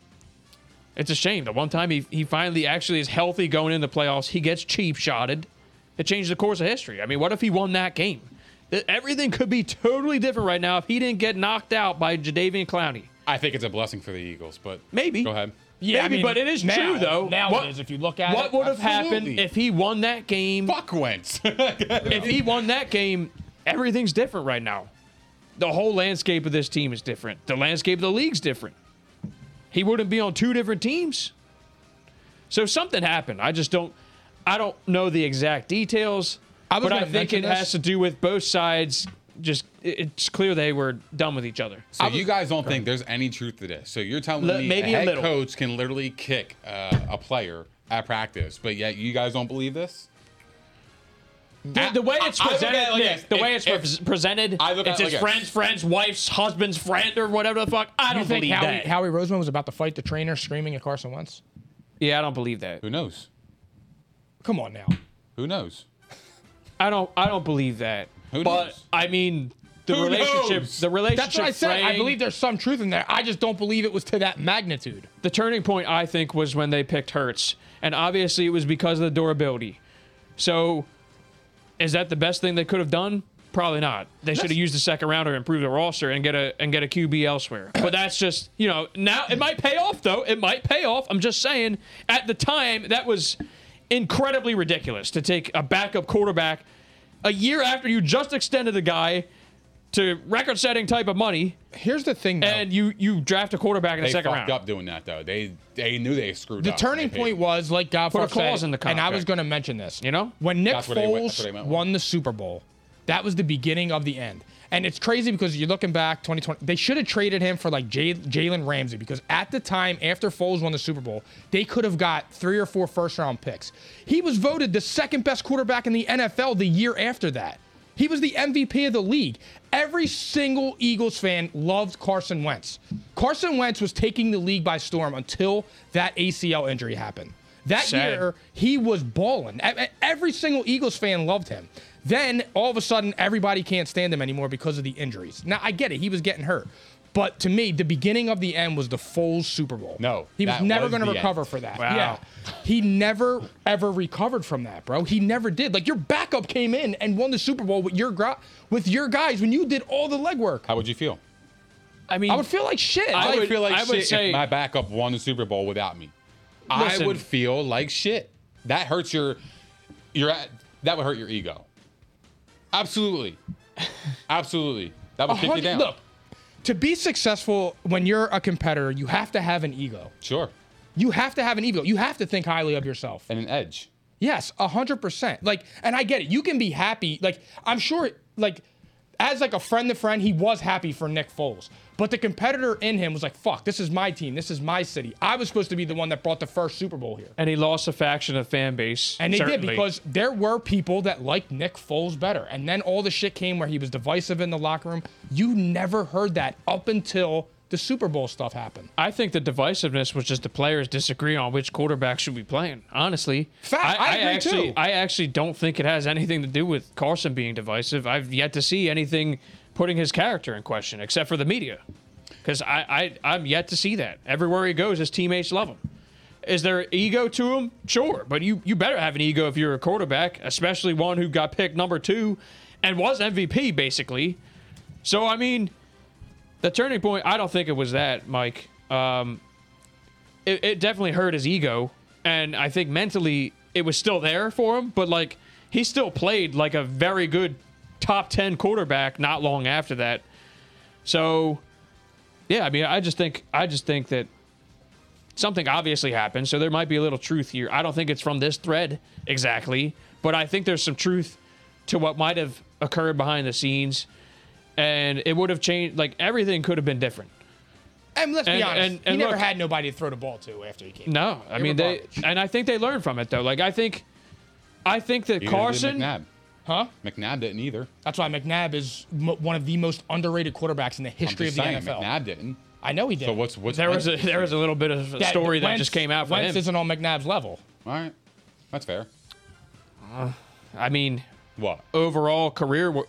Speaker 4: it's a shame. The one time he, he finally actually is healthy going into playoffs, he gets cheap shotted. It changed the course of history. I mean, what if he won that game? Th- Everything could be totally different right now if he didn't get knocked out by Jadavian Clowney.
Speaker 1: I think it's a blessing for the Eagles, but
Speaker 4: Maybe.
Speaker 1: Go ahead.
Speaker 4: Yeah,
Speaker 6: I
Speaker 4: maybe,
Speaker 6: mean,
Speaker 4: but it is
Speaker 6: now-
Speaker 4: true though.
Speaker 6: now
Speaker 4: What-
Speaker 6: it is, if you look at
Speaker 4: what
Speaker 6: it,
Speaker 4: would have happened
Speaker 1: absolutely.
Speaker 4: if he won that game?
Speaker 1: Fuck Wentz.
Speaker 4: If he won that game, everything's different right now. The whole landscape of this team is different. The landscape of the league's different. He wouldn't be on two different teams. So something happened. I just don't I don't know the exact details.
Speaker 2: I was
Speaker 4: but I
Speaker 2: gonna
Speaker 4: think it
Speaker 2: mention this.
Speaker 4: has to do with both sides just it- it's clear they were done with each other.
Speaker 1: So you guys don't think there's any truth to this? So you're telling
Speaker 4: Le-
Speaker 1: me
Speaker 4: maybe
Speaker 1: a
Speaker 4: a
Speaker 1: head
Speaker 4: little.
Speaker 1: coach can literally kick uh, a player at practice, but yet you guys don't believe this?
Speaker 4: The, the way it's
Speaker 1: I- I look
Speaker 4: presented,
Speaker 1: at it like
Speaker 4: Nick,
Speaker 1: this.
Speaker 4: the
Speaker 1: If-
Speaker 4: way it's
Speaker 1: if-
Speaker 4: pres- presented,
Speaker 1: I look at
Speaker 4: it's
Speaker 1: it
Speaker 4: his
Speaker 1: like this.
Speaker 4: friend's friend's wife's husband's friend or whatever the fuck. I don't
Speaker 2: You think
Speaker 4: believe
Speaker 2: Howie,
Speaker 4: that.
Speaker 2: Howie Roseman was about to fight the trainer screaming at Carson Wentz?
Speaker 4: yeah, I don't believe that.
Speaker 1: Who knows?
Speaker 2: Come on now.
Speaker 1: Who knows?
Speaker 4: I don't. I don't believe that.
Speaker 1: Who
Speaker 4: but
Speaker 1: knows?
Speaker 4: I mean, the
Speaker 1: Who
Speaker 4: relationship.
Speaker 1: knows?
Speaker 4: The relationship.
Speaker 2: That's what I said. I
Speaker 4: fraying-
Speaker 2: believe there's some truth in there. I just don't believe it was to that magnitude.
Speaker 4: the turning point I think was when they picked Hertz, and obviously it was because of the durability. So, is that the best thing they could have done? Probably not. They should have used the second rounder, improve the roster, and get a and get a QB elsewhere. But that's just you know now it might pay off though. It might pay off. I'm just saying at the time that was incredibly ridiculous to take a backup quarterback a year after you just extended the guy to record-setting type of money,
Speaker 2: Here's the thing, though.
Speaker 4: and you you draft a quarterback in
Speaker 1: They
Speaker 4: the second
Speaker 1: fucked
Speaker 4: round.
Speaker 1: up doing that though. They they knew they screwed
Speaker 2: the
Speaker 1: up.
Speaker 2: turning
Speaker 1: They paid
Speaker 2: point
Speaker 1: him.
Speaker 2: was like God
Speaker 4: Put a clause in the
Speaker 2: and I was
Speaker 4: contract.
Speaker 2: going to mention this.
Speaker 4: You know?
Speaker 2: when Nick
Speaker 1: That's what I meant- that's
Speaker 2: Foles
Speaker 1: what I meant.
Speaker 2: won the Super Bowl, that was the beginning of the end. And it's crazy because you're looking back 2020. They should have traded him for like Jay- Jalen Ramsey because at the time after Foles won the Super Bowl, they could have got three or four first round picks. He was voted the second best quarterback in the NFL the year after that. He was the MVP of the league. Every single Eagles fan loved Carson Wentz. Carson Wentz was taking the league by storm until that ACL injury happened. That
Speaker 4: Sad.
Speaker 2: year, he was balling. E- e- Every single Eagles fan loved him. Then all of a sudden, everybody can't stand him anymore because of the injuries. Now I get it; he was getting hurt, but to me, the beginning of the end was the Foles Super Bowl.
Speaker 1: No,
Speaker 2: he was
Speaker 1: that
Speaker 2: never
Speaker 1: was
Speaker 2: going to
Speaker 1: the
Speaker 2: recover
Speaker 1: end.
Speaker 2: for that.
Speaker 4: Wow.
Speaker 2: Yeah, he never ever recovered from that, bro. He never did. Like your backup came in and won the Super Bowl with your gro- with your guys when you did all the legwork.
Speaker 1: How would you feel?
Speaker 4: I mean,
Speaker 2: I would feel like shit.
Speaker 4: I
Speaker 1: I
Speaker 2: Like,
Speaker 1: would feel like
Speaker 4: I would
Speaker 1: shit
Speaker 4: say-
Speaker 1: if my backup won the Super Bowl without me. I
Speaker 4: Listen.
Speaker 1: would feel like shit. That hurts your your that would hurt your ego. Absolutely. Absolutely. That would kick you
Speaker 2: 100
Speaker 1: down.
Speaker 2: Look, to be successful when you're a competitor, you have to have an ego.
Speaker 1: Sure.
Speaker 2: You have to have an ego. You have to think highly of yourself.
Speaker 1: And an edge.
Speaker 2: Yes, a hundred percent. Like, and I get it. You can be happy. Like, I'm sure. Like, as like a friend to friend, he was happy for Nick Foles. But the competitor in him was like, "Fuck, this is my team. This is my city. I was supposed to be the one that brought the first Super Bowl here."
Speaker 4: and he lost a faction of fan base.
Speaker 2: And they
Speaker 4: certainly.
Speaker 2: did because there were people that liked Nick Foles better. And then all the shit came where he was divisive in the locker room. You never heard that up until the Super Bowl stuff happened.
Speaker 4: I think the divisiveness was just the players disagree on which quarterback should be playing. Honestly,
Speaker 2: Fact, I agree
Speaker 4: actually,
Speaker 2: too.
Speaker 4: I actually don't think it has anything to do with Carson being divisive. I've yet to see anything putting his character in question, except for the media, because I, I I'm yet to see that. Everywhere he goes, his teammates love him. Is there ego to him? Sure, but you you better have an ego if you're a quarterback, especially one who got picked number two and was MVP basically. So I mean, the turning point. I don't think it was that, Mike. Um, it, it definitely hurt his ego, and I think mentally it was still there for him. But like he still played like a very good top ten quarterback not long after that. So yeah, I mean, I just think I just think that something obviously happened. So there might be a little truth here. I don't think it's from this thread exactly, but I think there's some truth to what might have occurred behind the scenes, and it would have changed. Like everything could have been different.
Speaker 2: And let's
Speaker 4: And-
Speaker 2: be honest,
Speaker 4: and- and
Speaker 2: he never
Speaker 4: look-
Speaker 2: had nobody to throw the ball to after he came.
Speaker 4: No, I
Speaker 2: They
Speaker 4: mean
Speaker 2: were
Speaker 4: they,
Speaker 2: garbage.
Speaker 4: and I think they learned from it though. Like I think, I think that
Speaker 1: Neither did
Speaker 4: Carson.
Speaker 1: McNabb.
Speaker 2: Huh?
Speaker 1: McNabb didn't either.
Speaker 2: That's why McNabb is m- one of the most underrated quarterbacks in the
Speaker 1: I'm
Speaker 2: history of
Speaker 1: just
Speaker 2: the
Speaker 1: saying,
Speaker 2: NFL.
Speaker 1: McNabb didn't.
Speaker 2: I know he did.
Speaker 1: So what's what's
Speaker 4: There was a
Speaker 1: Wentz-
Speaker 4: there was a little bit of a story that just came out from
Speaker 2: Wentz
Speaker 4: him.
Speaker 2: isn't on McNabb's level.
Speaker 1: all right. That's fair.
Speaker 4: I mean,
Speaker 1: What?
Speaker 4: overall career w-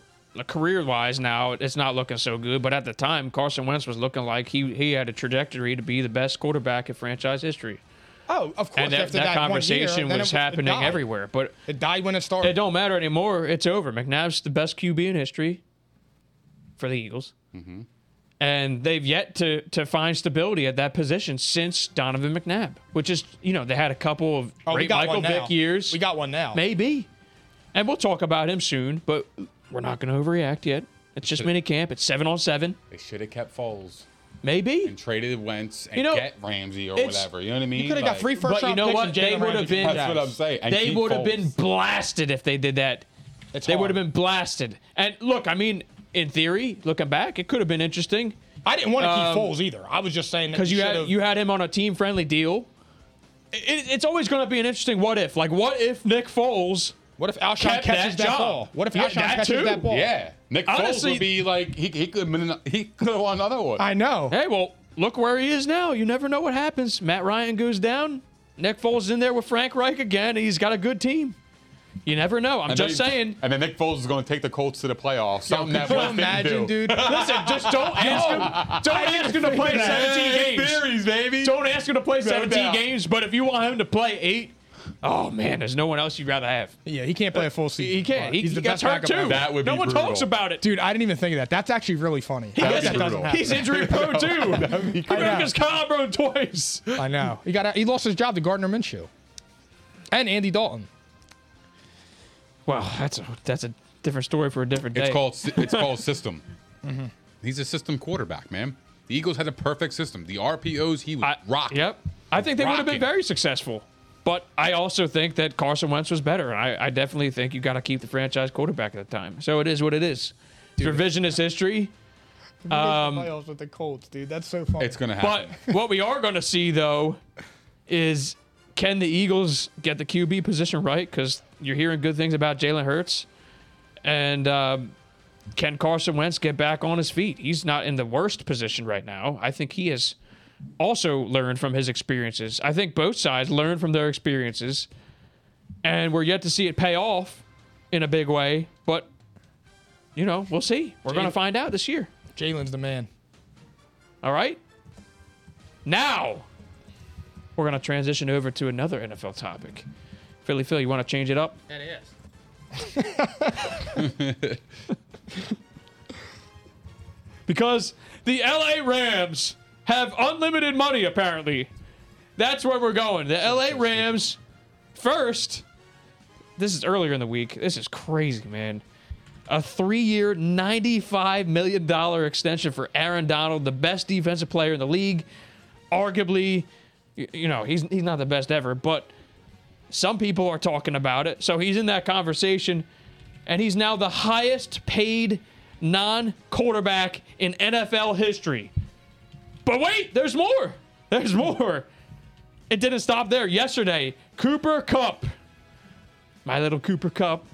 Speaker 4: career wise now, it's not looking so good. But at the time, Carson Wentz was looking like he he had a trajectory to be the best quarterback in franchise history.
Speaker 2: Oh, of course.
Speaker 4: And that,
Speaker 2: after
Speaker 4: that,
Speaker 2: one year,
Speaker 4: conversation
Speaker 2: then
Speaker 4: was
Speaker 2: it- it
Speaker 4: happening
Speaker 2: died.
Speaker 4: everywhere. But
Speaker 2: It died when it started.
Speaker 4: it don't matter anymore. It's over. McNabb's the best QB in history for the Eagles,
Speaker 1: Mm-hmm.
Speaker 4: and they've yet to to find stability at that position since Donovan McNabb, which is you know they had a couple of
Speaker 2: Oh, we
Speaker 4: great
Speaker 2: got
Speaker 4: Michael
Speaker 2: one now.
Speaker 4: Vick years.
Speaker 2: We got one now.
Speaker 4: maybe, and we'll talk about him soon. But we're not going to overreact yet. It's just mini camp. It's seven on seven.
Speaker 1: They should have kept Foles
Speaker 4: Maybe.
Speaker 1: and traded Wentz and
Speaker 4: You know,
Speaker 1: get Ramsey or
Speaker 4: it's-
Speaker 1: whatever. You know what I mean?
Speaker 2: You could have got
Speaker 1: Like,
Speaker 2: three first
Speaker 4: But you
Speaker 2: round
Speaker 4: know
Speaker 2: picks
Speaker 4: what?
Speaker 2: and
Speaker 4: They
Speaker 2: Jalen
Speaker 4: would have
Speaker 2: Ramsey.
Speaker 4: been.
Speaker 1: That's what I'm saying. And
Speaker 4: they
Speaker 1: keep
Speaker 4: would have been
Speaker 1: Foles.
Speaker 4: blasted if they did that.
Speaker 2: It's
Speaker 4: they
Speaker 2: hard.
Speaker 4: would have been blasted. And look, I mean, in theory, looking back, it could have been interesting
Speaker 2: I didn't want to keep
Speaker 4: Um,
Speaker 2: Foles either. I was just saying that
Speaker 4: because you had
Speaker 2: should've-
Speaker 4: you had him on a team friendly deal. It, it's always going to be an interesting what if. Like, what if Nick Foles?
Speaker 2: What if Alshon
Speaker 4: kept
Speaker 2: catches
Speaker 4: that
Speaker 2: that
Speaker 4: job.
Speaker 2: ball? What if
Speaker 4: Yeah,
Speaker 2: Alshon
Speaker 4: that
Speaker 2: catches
Speaker 4: too.
Speaker 2: that ball?
Speaker 1: Yeah, Nick Foles
Speaker 4: Honestly-
Speaker 1: would be like he he could have been he could have won another one.
Speaker 2: I know.
Speaker 4: Hey, well, look where he is now. You never know what happens. Matt Ryan goes down. Nick Foles is in there with Frank Reich again. He's got a good team. You never know. I'm
Speaker 1: And
Speaker 4: just
Speaker 1: then-
Speaker 4: saying.
Speaker 1: And then Nick Foles is going to take the Colts to the playoffs. Something that
Speaker 2: Could you
Speaker 1: Wentz
Speaker 2: imagine,
Speaker 1: didn't do.
Speaker 2: dude?
Speaker 4: Listen, just don't ask
Speaker 2: Oh,
Speaker 4: him. Don't ask him to play 17 games.
Speaker 1: Theories, baby.
Speaker 4: Don't ask him to play 17
Speaker 1: doubt.
Speaker 4: games, but if you want him to play eight, oh man, there's no one else you'd rather have.
Speaker 2: yeah, he can't play a full season.
Speaker 4: He can't. He,
Speaker 2: He's
Speaker 4: he
Speaker 2: the
Speaker 4: gets
Speaker 2: best
Speaker 4: hurt
Speaker 2: backup
Speaker 4: too.
Speaker 2: ever.
Speaker 1: That would be
Speaker 4: no one
Speaker 1: brutal.
Speaker 4: talks about it.
Speaker 2: Dude, I didn't even think of that. That's actually really funny.
Speaker 1: That would
Speaker 2: That
Speaker 1: be
Speaker 2: doesn't
Speaker 1: brutal.
Speaker 2: happen.
Speaker 4: He's injury prone too. he
Speaker 2: know.
Speaker 4: broke his collarbone twice.
Speaker 2: I know. He got. out- He lost his job to Gardner Minshew, and Andy Dalton.
Speaker 4: Well, that's a that's a different story for a different day.
Speaker 1: It's called it's called system.
Speaker 4: Mm-hmm.
Speaker 1: He's a system quarterback, man. The Eagles had a perfect system. The RPOs he was
Speaker 4: I,
Speaker 1: rock.
Speaker 4: Yep. I think they would have been
Speaker 1: Rocking.
Speaker 4: very successful. But I also think that Carson Wentz was better. And I, I definitely think you got to keep the franchise quarterback at the time. So it is what it is. It's revisionist history.
Speaker 2: playoffs with the Colts, dude. That's so funny.
Speaker 1: It's gonna
Speaker 4: But
Speaker 1: happen.
Speaker 4: what we are going to see, though, is can the Eagles get the QB position right? Because you're hearing good things about Jalen Hurts. And um, can Carson Wentz get back on his feet? He's not in the worst position right now. I think he has also learned from his experiences. I think both sides learned from their experiences. And we're yet to see it pay off in a big way. But, you know, we'll see. We're going to find out this year.
Speaker 2: Jalen's the man.
Speaker 4: All right. Now we're gonna transition over to another NFL topic. Philly, Phil, you want to change it up?
Speaker 3: That is.
Speaker 4: Uh, Because the LA Rams have unlimited money, apparently. That's where we're going. The LA Rams first. This is earlier in the week. This is crazy, man. A three year, $95 million extension for Aaron Donald, the best defensive player in the league. Arguably, y- you know, he's, he's not the best ever, but some people are talking about it. So he's in that conversation, and he's now the highest paid non quarterback in NFL history. But wait, there's more. There's more. It didn't stop there. Yesterday, Cooper Cup, my little Cooper Cup,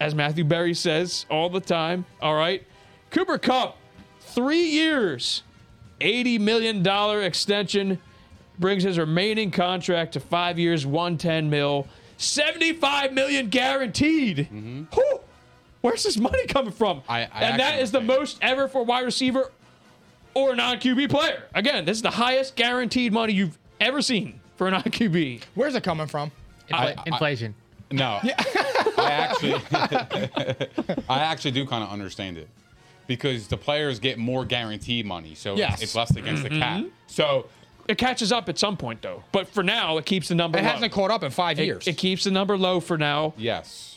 Speaker 4: as Matthew Berry says all the time. All right. Cooper Cup, three years, $80 million extension, brings his remaining contract to five years, 110 mil, 75 million guaranteed. Whew! Where's this money coming from?
Speaker 1: Mm-hmm. I- I
Speaker 4: and that
Speaker 1: actually
Speaker 4: is the
Speaker 1: think-
Speaker 4: most ever for wide receiver or non QB player. Again, this is the highest guaranteed money you've ever seen for a non QB.
Speaker 2: Where's it coming from?
Speaker 1: I- I-
Speaker 6: Inflation.
Speaker 1: No, I actually, I actually do kind of understand it because the players get more guaranteed money, so it's-
Speaker 2: Yes. Mm-hmm.
Speaker 1: it's less against the cap. So
Speaker 4: It catches up at some point, though. But for now, it keeps the number
Speaker 2: It
Speaker 4: low.
Speaker 2: hasn't caught up in five years.
Speaker 4: it, it keeps the number low for now.
Speaker 1: yes,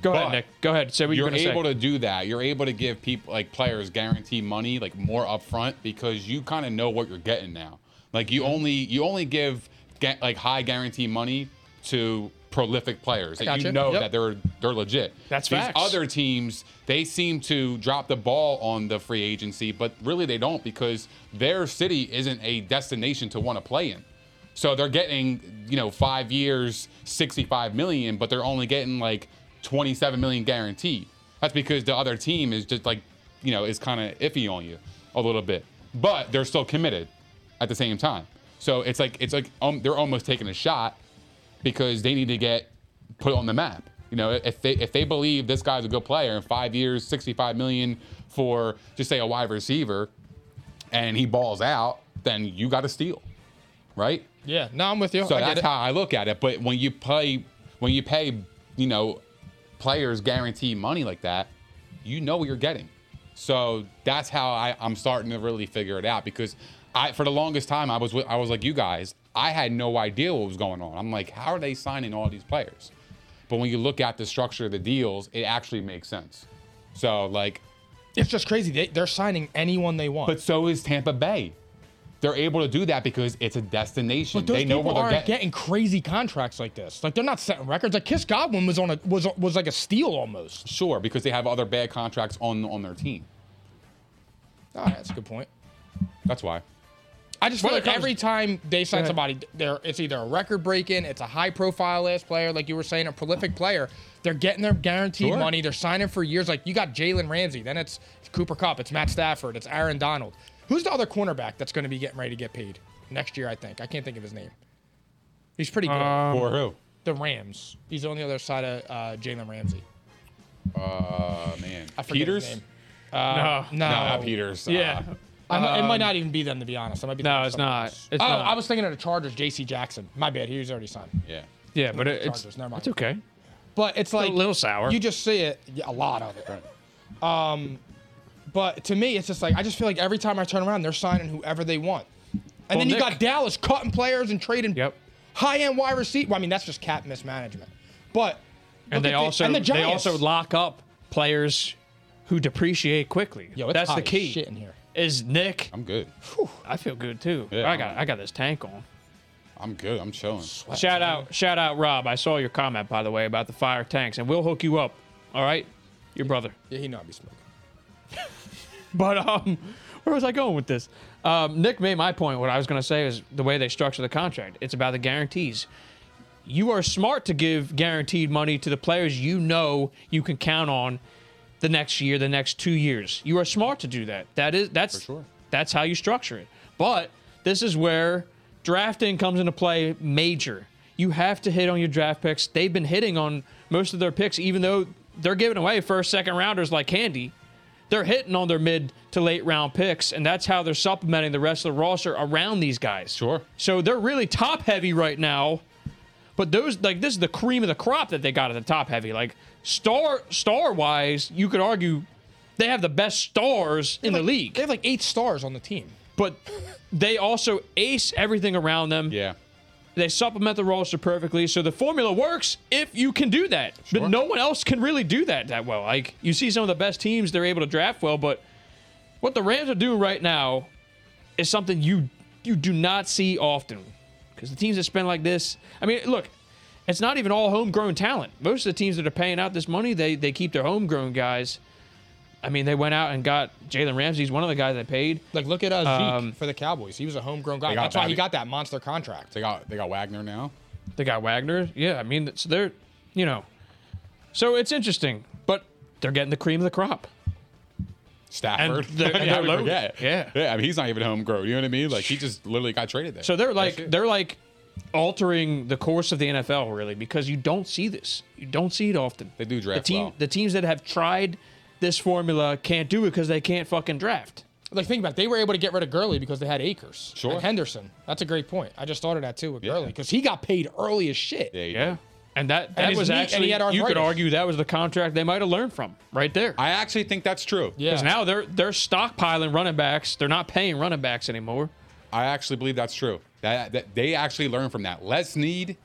Speaker 4: Go
Speaker 1: But
Speaker 4: ahead, Nick. Go ahead. Say what you're,
Speaker 1: you're
Speaker 4: going to say.
Speaker 1: able to do that. You're able to give people like players guaranteed money like more upfront because you kind of know what you're getting now. Like you only you only give ga- like high guarantee money to prolific players that
Speaker 2: Gotcha.
Speaker 1: you know
Speaker 2: Yep.
Speaker 1: that they're they're legit.
Speaker 4: That's
Speaker 1: These
Speaker 4: facts.
Speaker 1: other teams they seem to drop the ball on the free agency, but really they don't because their city isn't a destination to want to play in. So they're getting, you know, five years, 65 million, but they're only getting like 27 million guaranteed. That's because the other team is just like, you know, is kind of iffy on you a little bit, but they're still committed at the same time. So it's like, it's like um, they're almost taking a shot because they need to get put on the map. You know, if they if they believe this guy's a good player in five years, 65 million for just say a wide receiver, and he balls out, then you got to steal, right?
Speaker 2: Yeah, no, I'm with you.
Speaker 1: So
Speaker 2: I get
Speaker 1: that's
Speaker 2: it.
Speaker 1: how I look at it. But when you play, when you pay, you know, players guaranteed money like that, you know what you're getting. So that's how I, I'm starting to really figure it out because I, for the longest time, I was with, I was like you guys. I had no idea what was going on. I'm like, how are they signing all these players? But when you look at the structure of the deals, it actually makes sense. So like
Speaker 2: it's just crazy. They, they're signing anyone they want.
Speaker 1: but so is Tampa Bay. They're able to do that because it's a destination.
Speaker 2: But those
Speaker 1: they know where
Speaker 2: people
Speaker 1: they're
Speaker 2: aren't
Speaker 1: getting.
Speaker 2: getting crazy contracts like this. Like they're not setting records. Like Kiss Godwin was on a was was like a steal almost.
Speaker 1: Sure, because they have other bad contracts on on their team.
Speaker 2: All right, Ah, that's a good point.
Speaker 1: That's why.
Speaker 2: I just feel
Speaker 4: Well, it
Speaker 2: like
Speaker 4: comes-
Speaker 2: every time they sign
Speaker 4: ahead.
Speaker 2: somebody, they're, it's either a record break in, it's a high profile ass player, like you were saying, a prolific player. They're getting their guaranteed
Speaker 1: Sure.
Speaker 2: money. They're signing for years. Like you got Jalen Ramsey, then it's, it's Cooper Cup, it's Matt Stafford, it's Aaron Donald. Who's the other cornerback that's going to be getting ready to get paid next year? I think I can't think of his name. He's pretty good.
Speaker 4: Um,
Speaker 1: For who?
Speaker 2: the Rams. He's on the other side of uh, Jalen Ramsey.
Speaker 1: Uh, man.
Speaker 2: I forget
Speaker 1: Peters?
Speaker 2: His name.
Speaker 4: no.
Speaker 2: No, Uh,
Speaker 1: No, not Peters.
Speaker 4: Uh, Yeah.
Speaker 1: Uh,
Speaker 2: I might- it might not even be them to be honest. I might
Speaker 4: Um,
Speaker 2: be
Speaker 4: No,
Speaker 2: thinking of
Speaker 4: it's
Speaker 2: someone
Speaker 4: not.
Speaker 2: else.
Speaker 4: It's
Speaker 2: oh,
Speaker 4: not.
Speaker 2: I was thinking of the Chargers. J.C. Jackson. My bad. He was already signed.
Speaker 1: yeah.
Speaker 4: Yeah, but it,
Speaker 2: Chargers,
Speaker 4: it's
Speaker 2: never mind.
Speaker 4: it's okay.
Speaker 2: But it's like
Speaker 4: a little sour.
Speaker 2: You just see it yeah, a lot of it. Um, but to me, it's just like I just feel like every time I turn around, they're signing whoever they want. And
Speaker 4: Well,
Speaker 2: then you
Speaker 4: Nick-
Speaker 2: got Dallas cutting players and trading
Speaker 4: Yep.
Speaker 2: high-end wide receiver. Well, I mean, that's just cap mismanagement. But
Speaker 4: and
Speaker 2: look
Speaker 4: they
Speaker 2: at the-
Speaker 4: also
Speaker 2: and the
Speaker 4: they
Speaker 2: Giants.
Speaker 4: also lock up players who depreciate quickly.
Speaker 2: Yo, it's
Speaker 4: That's
Speaker 2: hot
Speaker 4: the
Speaker 2: as
Speaker 4: key.
Speaker 2: shit in here.
Speaker 4: Is Nick?
Speaker 1: I'm good.
Speaker 4: I feel good too.
Speaker 1: Yeah.
Speaker 4: I got I got this tank on.
Speaker 1: I'm good. I'm chilling.
Speaker 4: Shout out shout out Rob. I saw your comment by the way about the fire tanks, and we'll hook you up. All right, your brother.
Speaker 2: yeah, he know I be smoking.
Speaker 4: But um, where was I going with this? Um, Nick made my point. What I was going to say is the way they structure the contract. It's about the guarantees. You are smart to give guaranteed money to the players you know you can count on the next year, the next two years. You are smart to do that. That is that's
Speaker 1: sure.
Speaker 4: that's how you structure it. But this is where drafting comes into play major. You have to hit on your draft picks. They've been hitting on most of their picks, even though they're giving away first, second rounders like candy they're hitting on their mid to late round picks, and that's how they're supplementing the rest of the roster around these guys.
Speaker 1: Sure.
Speaker 4: So they're really top heavy right now, but those like this is the cream of the crop that they got at the top heavy. Like star star wise, you could argue they have the best stars in the league,
Speaker 2: They have like eight stars on the team.
Speaker 4: but they also ace everything around them.
Speaker 1: Yeah.
Speaker 4: They supplement the roster perfectly, so the formula works if you can do that. But no one else can really do that that well. Like you see some of the best teams, they're able to draft well, but what the Rams are doing right now is something you you do not see often because the teams that spend like this. I mean, look, it's not even all homegrown talent. Most of the teams that are paying out this money, they they keep their homegrown guys. I mean, they went out and got Jalen Ramsey's one of the guys they paid.
Speaker 2: Like look at uh, Zeke
Speaker 4: Um,
Speaker 2: for the Cowboys. He was a homegrown guy.
Speaker 1: got
Speaker 2: That's why he
Speaker 1: Bobby-
Speaker 2: got that monster contract.
Speaker 1: They got they got Wagner now.
Speaker 4: They got Wagner. Yeah, I mean, so they're, you know, so it's interesting, but they're getting the cream of the crop.
Speaker 1: Stafford.
Speaker 4: And they're- and
Speaker 1: How
Speaker 4: they're
Speaker 1: we
Speaker 4: loaded.
Speaker 1: forget.
Speaker 4: Yeah.
Speaker 1: Yeah. I mean, he's not even homegrown. You know what I mean? Like he just literally got traded there.
Speaker 4: So they're like
Speaker 1: it.
Speaker 4: they're like altering the course of the NFL really because you don't see this. You don't see it often.
Speaker 1: They do draft
Speaker 4: the team.
Speaker 1: well.
Speaker 4: The teams that have tried this formula can't do it because they can't fucking draft.
Speaker 2: Like think about it. They were able to get rid of Gurley because they had Acres.
Speaker 1: Sure.
Speaker 2: And Henderson. That's a great point. I just thought of that too with
Speaker 1: Yeah.
Speaker 2: Gurley because he got paid early as shit.
Speaker 1: Yeah, he did.
Speaker 4: and that that
Speaker 2: his
Speaker 4: was
Speaker 2: knee- and
Speaker 4: actually
Speaker 2: he had
Speaker 4: you could
Speaker 2: arthritis.
Speaker 4: argue that was the contract they might have learned from right there.
Speaker 1: I actually think that's true.
Speaker 2: Yeah.
Speaker 4: Because now they're they're stockpiling running backs. They're not paying running backs anymore.
Speaker 1: I actually believe that's true. That, that they actually learn from that. Les Need,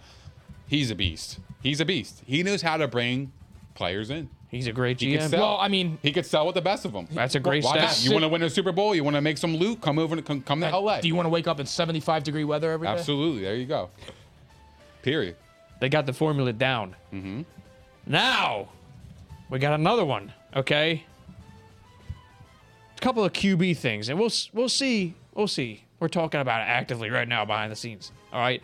Speaker 1: he's a beast. He's a beast. He knows how to bring players in.
Speaker 4: He's a great
Speaker 1: He could
Speaker 4: GM.
Speaker 1: sell.
Speaker 2: Well, I mean-
Speaker 1: he could sell with the best of them.
Speaker 4: That's a great
Speaker 1: Why
Speaker 4: stat.
Speaker 1: not? You want to win a Super Bowl? You want to make some loot? Come over to come, come to LA.
Speaker 2: Do you want to wake up in 75 degree weather every day?
Speaker 1: Absolutely. There you go. Period.
Speaker 4: They got the formula down. Mm-hmm. Now we got another one. Okay, a couple of QB things, and we'll s- we'll see. We'll see. We're talking about it actively right now behind the scenes. All right.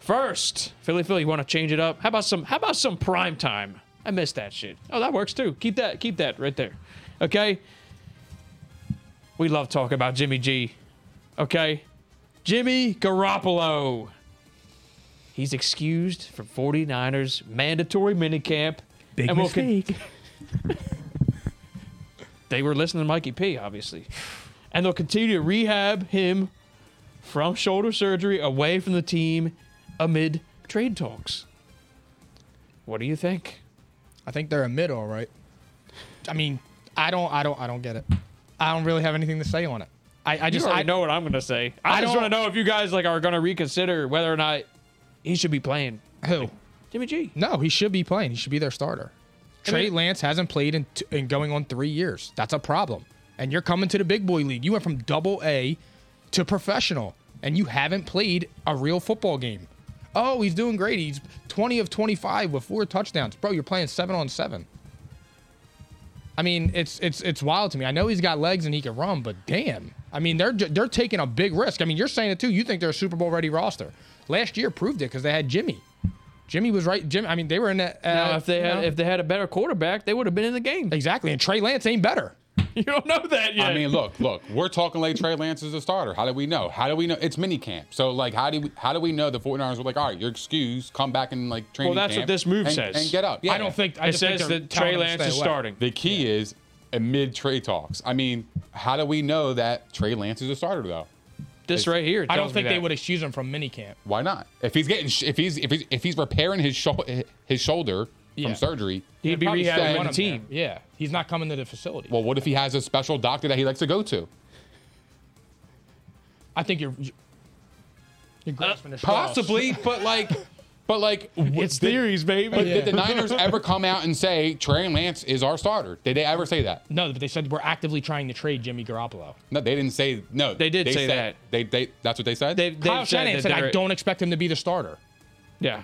Speaker 4: First, Philly, Philly, you want to change it up? How about some? How about some prime time? I missed that shit. Oh, that works too. Keep that. Keep that right there. Okay. We love talking about Jimmy G. Okay. Jimmy Garoppolo. He's excused from 49ers mandatory minicamp.
Speaker 6: Big
Speaker 4: And we'll con-
Speaker 6: mistake.
Speaker 4: they were listening to Mikey P, obviously. And they'll continue to rehab him from shoulder surgery away from the team amid trade talks. What do you think?
Speaker 2: I think they're a mid, all right. I mean, I don't, I don't, I don't get it. I don't really have anything to say on it. I, I
Speaker 4: You
Speaker 2: just,
Speaker 4: already
Speaker 2: I
Speaker 4: know what I'm gonna say. I,
Speaker 2: I
Speaker 4: just
Speaker 2: don't-
Speaker 4: want to know if you guys like are gonna reconsider whether or not he should be playing.
Speaker 2: who.
Speaker 4: Jimmy G.
Speaker 2: No, he should be playing. He should be their starter. Trey Lance hasn't played in, t- in going on three years. That's a problem. And you're coming to the big boy league. You went from double A to professional, and you haven't played a real football game. Oh, he's doing great. He's 20 of 25 with four touchdowns. Bro, you're playing seven on seven. I mean, it's it's it's wild to me. I know he's got legs and he can run, but damn. I mean, they're ju- they're taking a big risk. I mean, you're saying it too. You think they're a Super Bowl ready roster? Last year proved it because they had Jimmy. Jimmy was right. Jim. I mean, they were in that. Uh,
Speaker 4: Now, if they
Speaker 2: you
Speaker 4: had
Speaker 2: know.
Speaker 4: if they had a better quarterback, they would have been in the game.
Speaker 2: exactly, and Trey Lance ain't better.
Speaker 4: You don't know that yet.
Speaker 1: I mean, look, look, we're talking like Trey Lance is a starter. How do we know? How do we know? It's mini camp. So, like, how do we, how do we know the 49ers were like, all right, you're excused, come back and like training
Speaker 4: that's what
Speaker 1: camp
Speaker 4: this move
Speaker 1: and-
Speaker 4: says.
Speaker 1: And get up. Yeah.
Speaker 2: I don't think. I
Speaker 4: it
Speaker 2: just think
Speaker 4: says
Speaker 2: they're
Speaker 4: that
Speaker 2: telling
Speaker 4: Trey
Speaker 2: him to
Speaker 4: Lance
Speaker 2: stay
Speaker 4: is
Speaker 2: away.
Speaker 4: starting.
Speaker 1: The key is amid trade talks. I mean, how do we know that Trey Lance is a starter though?
Speaker 4: This right here.
Speaker 2: I don't
Speaker 4: tells me
Speaker 2: think they
Speaker 4: that.
Speaker 2: would excuse him from minicamp.
Speaker 1: Why not? If he's getting sh- if he's if he's if he's repairing his sho- his shoulder
Speaker 2: Yeah.
Speaker 1: from surgery,
Speaker 4: He'd be
Speaker 2: Probably still
Speaker 4: rehabbing
Speaker 2: want
Speaker 4: with the
Speaker 2: him
Speaker 4: team.
Speaker 2: there. Yeah, he's not coming to the facility.
Speaker 1: well, what if he has a special doctor that he likes to go to?
Speaker 2: I think you're. You're grasping at straws.
Speaker 1: Possibly, but like, but like, w-
Speaker 4: It's theories, baby.
Speaker 1: But did the Niners ever come out and say Trey Lance is our starter? Did they ever say that?
Speaker 2: No, but they said we're actively trying to trade Jimmy Garoppolo.
Speaker 1: No, they didn't say. No,
Speaker 4: They did say
Speaker 1: said-
Speaker 4: that.
Speaker 1: They they that's what they said.
Speaker 4: They've- they've
Speaker 2: Kyle Shanahan
Speaker 4: that
Speaker 2: said,
Speaker 4: they're-
Speaker 2: "I don't expect him to be the starter."
Speaker 4: Yeah.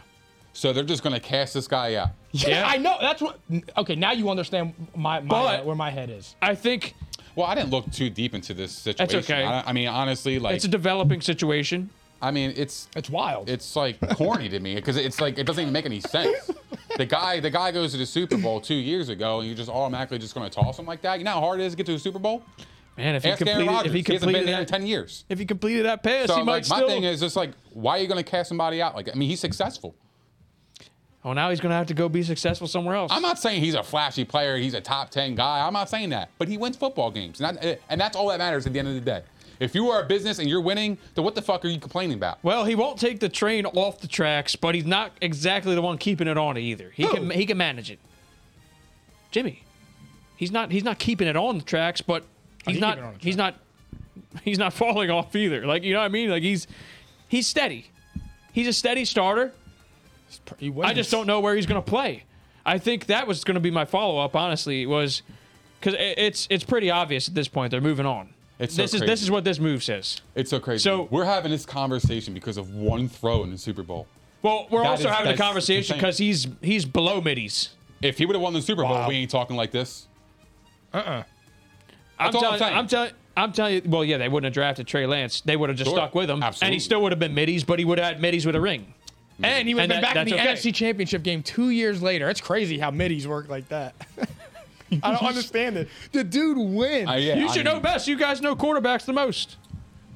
Speaker 1: so they're just gonna cast this guy out.
Speaker 4: Yeah.
Speaker 2: I know. That's what. Okay, now you understand my, my
Speaker 4: But-
Speaker 2: where my head is.
Speaker 4: I think
Speaker 1: Well, I didn't look too deep into this situation.
Speaker 4: That's okay.
Speaker 1: I, I mean, honestly, like,
Speaker 4: it's a developing situation.
Speaker 1: I mean, it's
Speaker 2: It's wild.
Speaker 1: it's like corny to me because it's like it doesn't even make any sense. The guy, the guy goes to the Super Bowl two years ago, and you're just automatically just going to toss him like that. You know how hard it is to get to a Super Bowl?
Speaker 4: Man, if he
Speaker 1: Ask Aaron
Speaker 4: completed, if
Speaker 1: Rodgers.
Speaker 4: he
Speaker 1: hasn't been
Speaker 4: completed
Speaker 1: there in
Speaker 4: that,
Speaker 1: ten years.
Speaker 4: if he completed that pass,
Speaker 1: So
Speaker 4: he might
Speaker 1: like, my
Speaker 4: still.
Speaker 1: thing is just like, why are you going to cast somebody out? Like, I mean, he's successful.
Speaker 4: oh, now he's gonna have to go be successful somewhere else.
Speaker 1: I'm not saying he's a flashy player. He's a top ten guy. I'm not saying that. But he wins football games, and, that- and that's all that matters at the end of the day. If you are a business and you're winning, then what the fuck are you complaining about?
Speaker 4: Well, he won't take the train off the tracks, but he's not exactly the one keeping it on either. He can he can manage it. Jimmy, he's not he's not keeping it on the tracks, but he's
Speaker 2: he
Speaker 4: not
Speaker 2: keeping it on the
Speaker 4: he's not he's not falling off either. Like you know what I mean? Like he's he's steady. He's a steady starter.
Speaker 2: He
Speaker 4: I
Speaker 2: wins.
Speaker 4: just don't know where he's going to play. I think that was going to be my follow up. Honestly, was because it's it's pretty obvious at this point they're moving on.
Speaker 1: It's so
Speaker 4: this is this
Speaker 1: crazy.
Speaker 4: is what this move says.
Speaker 1: It's so crazy.
Speaker 4: So-
Speaker 1: we're having this conversation because of one throw in the Super Bowl.
Speaker 4: Well, we're
Speaker 1: That
Speaker 4: also
Speaker 1: is-
Speaker 4: having a
Speaker 1: that's
Speaker 4: conversation
Speaker 1: insane.
Speaker 4: because he's he's below middies.
Speaker 1: If he would have won the Super Bowl, we ain't talking like this.
Speaker 4: I'm
Speaker 1: That's all
Speaker 4: telling,
Speaker 1: I'm saying.
Speaker 4: I'm telling, I'm telling you. Well, yeah, they wouldn't have drafted Trey Lance. They would have just
Speaker 1: Sure.
Speaker 4: stuck with him, and he
Speaker 1: Absolutely.
Speaker 4: still would have been middies, but he would have had middies with a ring.
Speaker 2: And he would have been
Speaker 4: And that-
Speaker 2: back in the
Speaker 4: that's okay.
Speaker 2: NFC Championship game two years later. It's crazy how middies work like that. I don't understand it. The dude wins.
Speaker 1: Uh, yeah,
Speaker 4: you
Speaker 1: I
Speaker 4: should know
Speaker 1: mean-
Speaker 4: best. You guys know quarterbacks the most.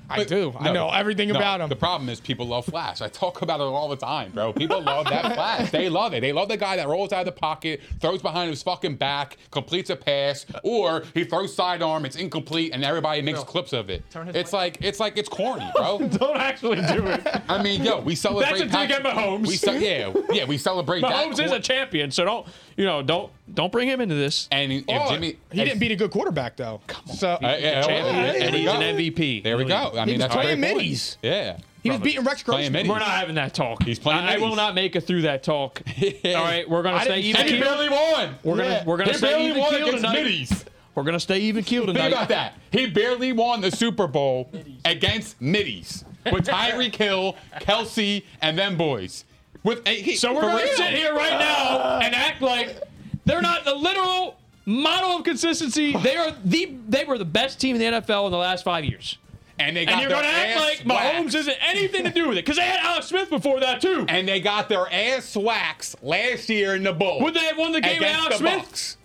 Speaker 2: I do. I
Speaker 1: No,
Speaker 2: know everything
Speaker 1: no,
Speaker 2: about him.
Speaker 1: The problem is people love Flash. I talk about it all the time, bro. People love that Flash. They love it. They love the guy that rolls out of the pocket, throws behind his fucking back, completes a pass, or he throws sidearm. It's incomplete, and everybody makes clips of it. It's like it's like it's corny, bro.
Speaker 4: Don't actually do it.
Speaker 1: I mean, yo, we celebrate.
Speaker 4: That's a dig at Mahomes.
Speaker 1: We ce- yeah, yeah, we celebrate. that
Speaker 4: Mahomes is
Speaker 1: cor-
Speaker 4: a champion, so don't you know? Don't don't bring him into this.
Speaker 1: And if
Speaker 2: Oh,
Speaker 1: Jimmy,
Speaker 2: he didn't beat a good quarterback though. So
Speaker 1: Uh, yeah,
Speaker 2: He
Speaker 1: well,
Speaker 4: and
Speaker 1: there we
Speaker 4: he's
Speaker 1: go.
Speaker 4: an MVP.
Speaker 1: There we go. I mean,
Speaker 2: was
Speaker 1: that's a
Speaker 2: playing
Speaker 1: great point.
Speaker 2: middies.
Speaker 1: Yeah.
Speaker 2: He was beating Rex
Speaker 1: Playing
Speaker 2: Grossman.
Speaker 1: middies.
Speaker 4: We're not having that talk.
Speaker 1: He's playing
Speaker 4: I, I will
Speaker 1: middies.
Speaker 4: not make it through that talk. All right, we're gonna
Speaker 2: I
Speaker 4: stay
Speaker 2: didn't
Speaker 4: even
Speaker 1: And he
Speaker 4: keel.
Speaker 1: barely won.
Speaker 4: We're gonna we're gonna
Speaker 1: He
Speaker 4: stay
Speaker 1: barely
Speaker 4: even
Speaker 1: won
Speaker 4: keel
Speaker 1: against
Speaker 4: tonight.
Speaker 1: middies.
Speaker 4: We're gonna stay even keel tonight.
Speaker 1: Think about that. He barely won the Super Bowl against middies with Tyreek Hill, Kelsey, and them boys. With hey, he-
Speaker 4: So we're
Speaker 1: for
Speaker 4: gonna
Speaker 1: real. Ah.
Speaker 4: sit here right now and act like they're not the literal model of consistency. They are the they were the best team in the NFL in the last five years.
Speaker 1: and they got
Speaker 4: And you're
Speaker 1: their
Speaker 4: gonna act like
Speaker 1: ass
Speaker 4: Mahomes
Speaker 1: waxed.
Speaker 4: isn't anything to do with it because they had Alex Smith before that too.
Speaker 1: And they got their ass waxed last year in the bowl.
Speaker 4: Would they have won the game with
Speaker 1: against
Speaker 4: Alex
Speaker 1: the
Speaker 4: Smith?
Speaker 1: Bucks.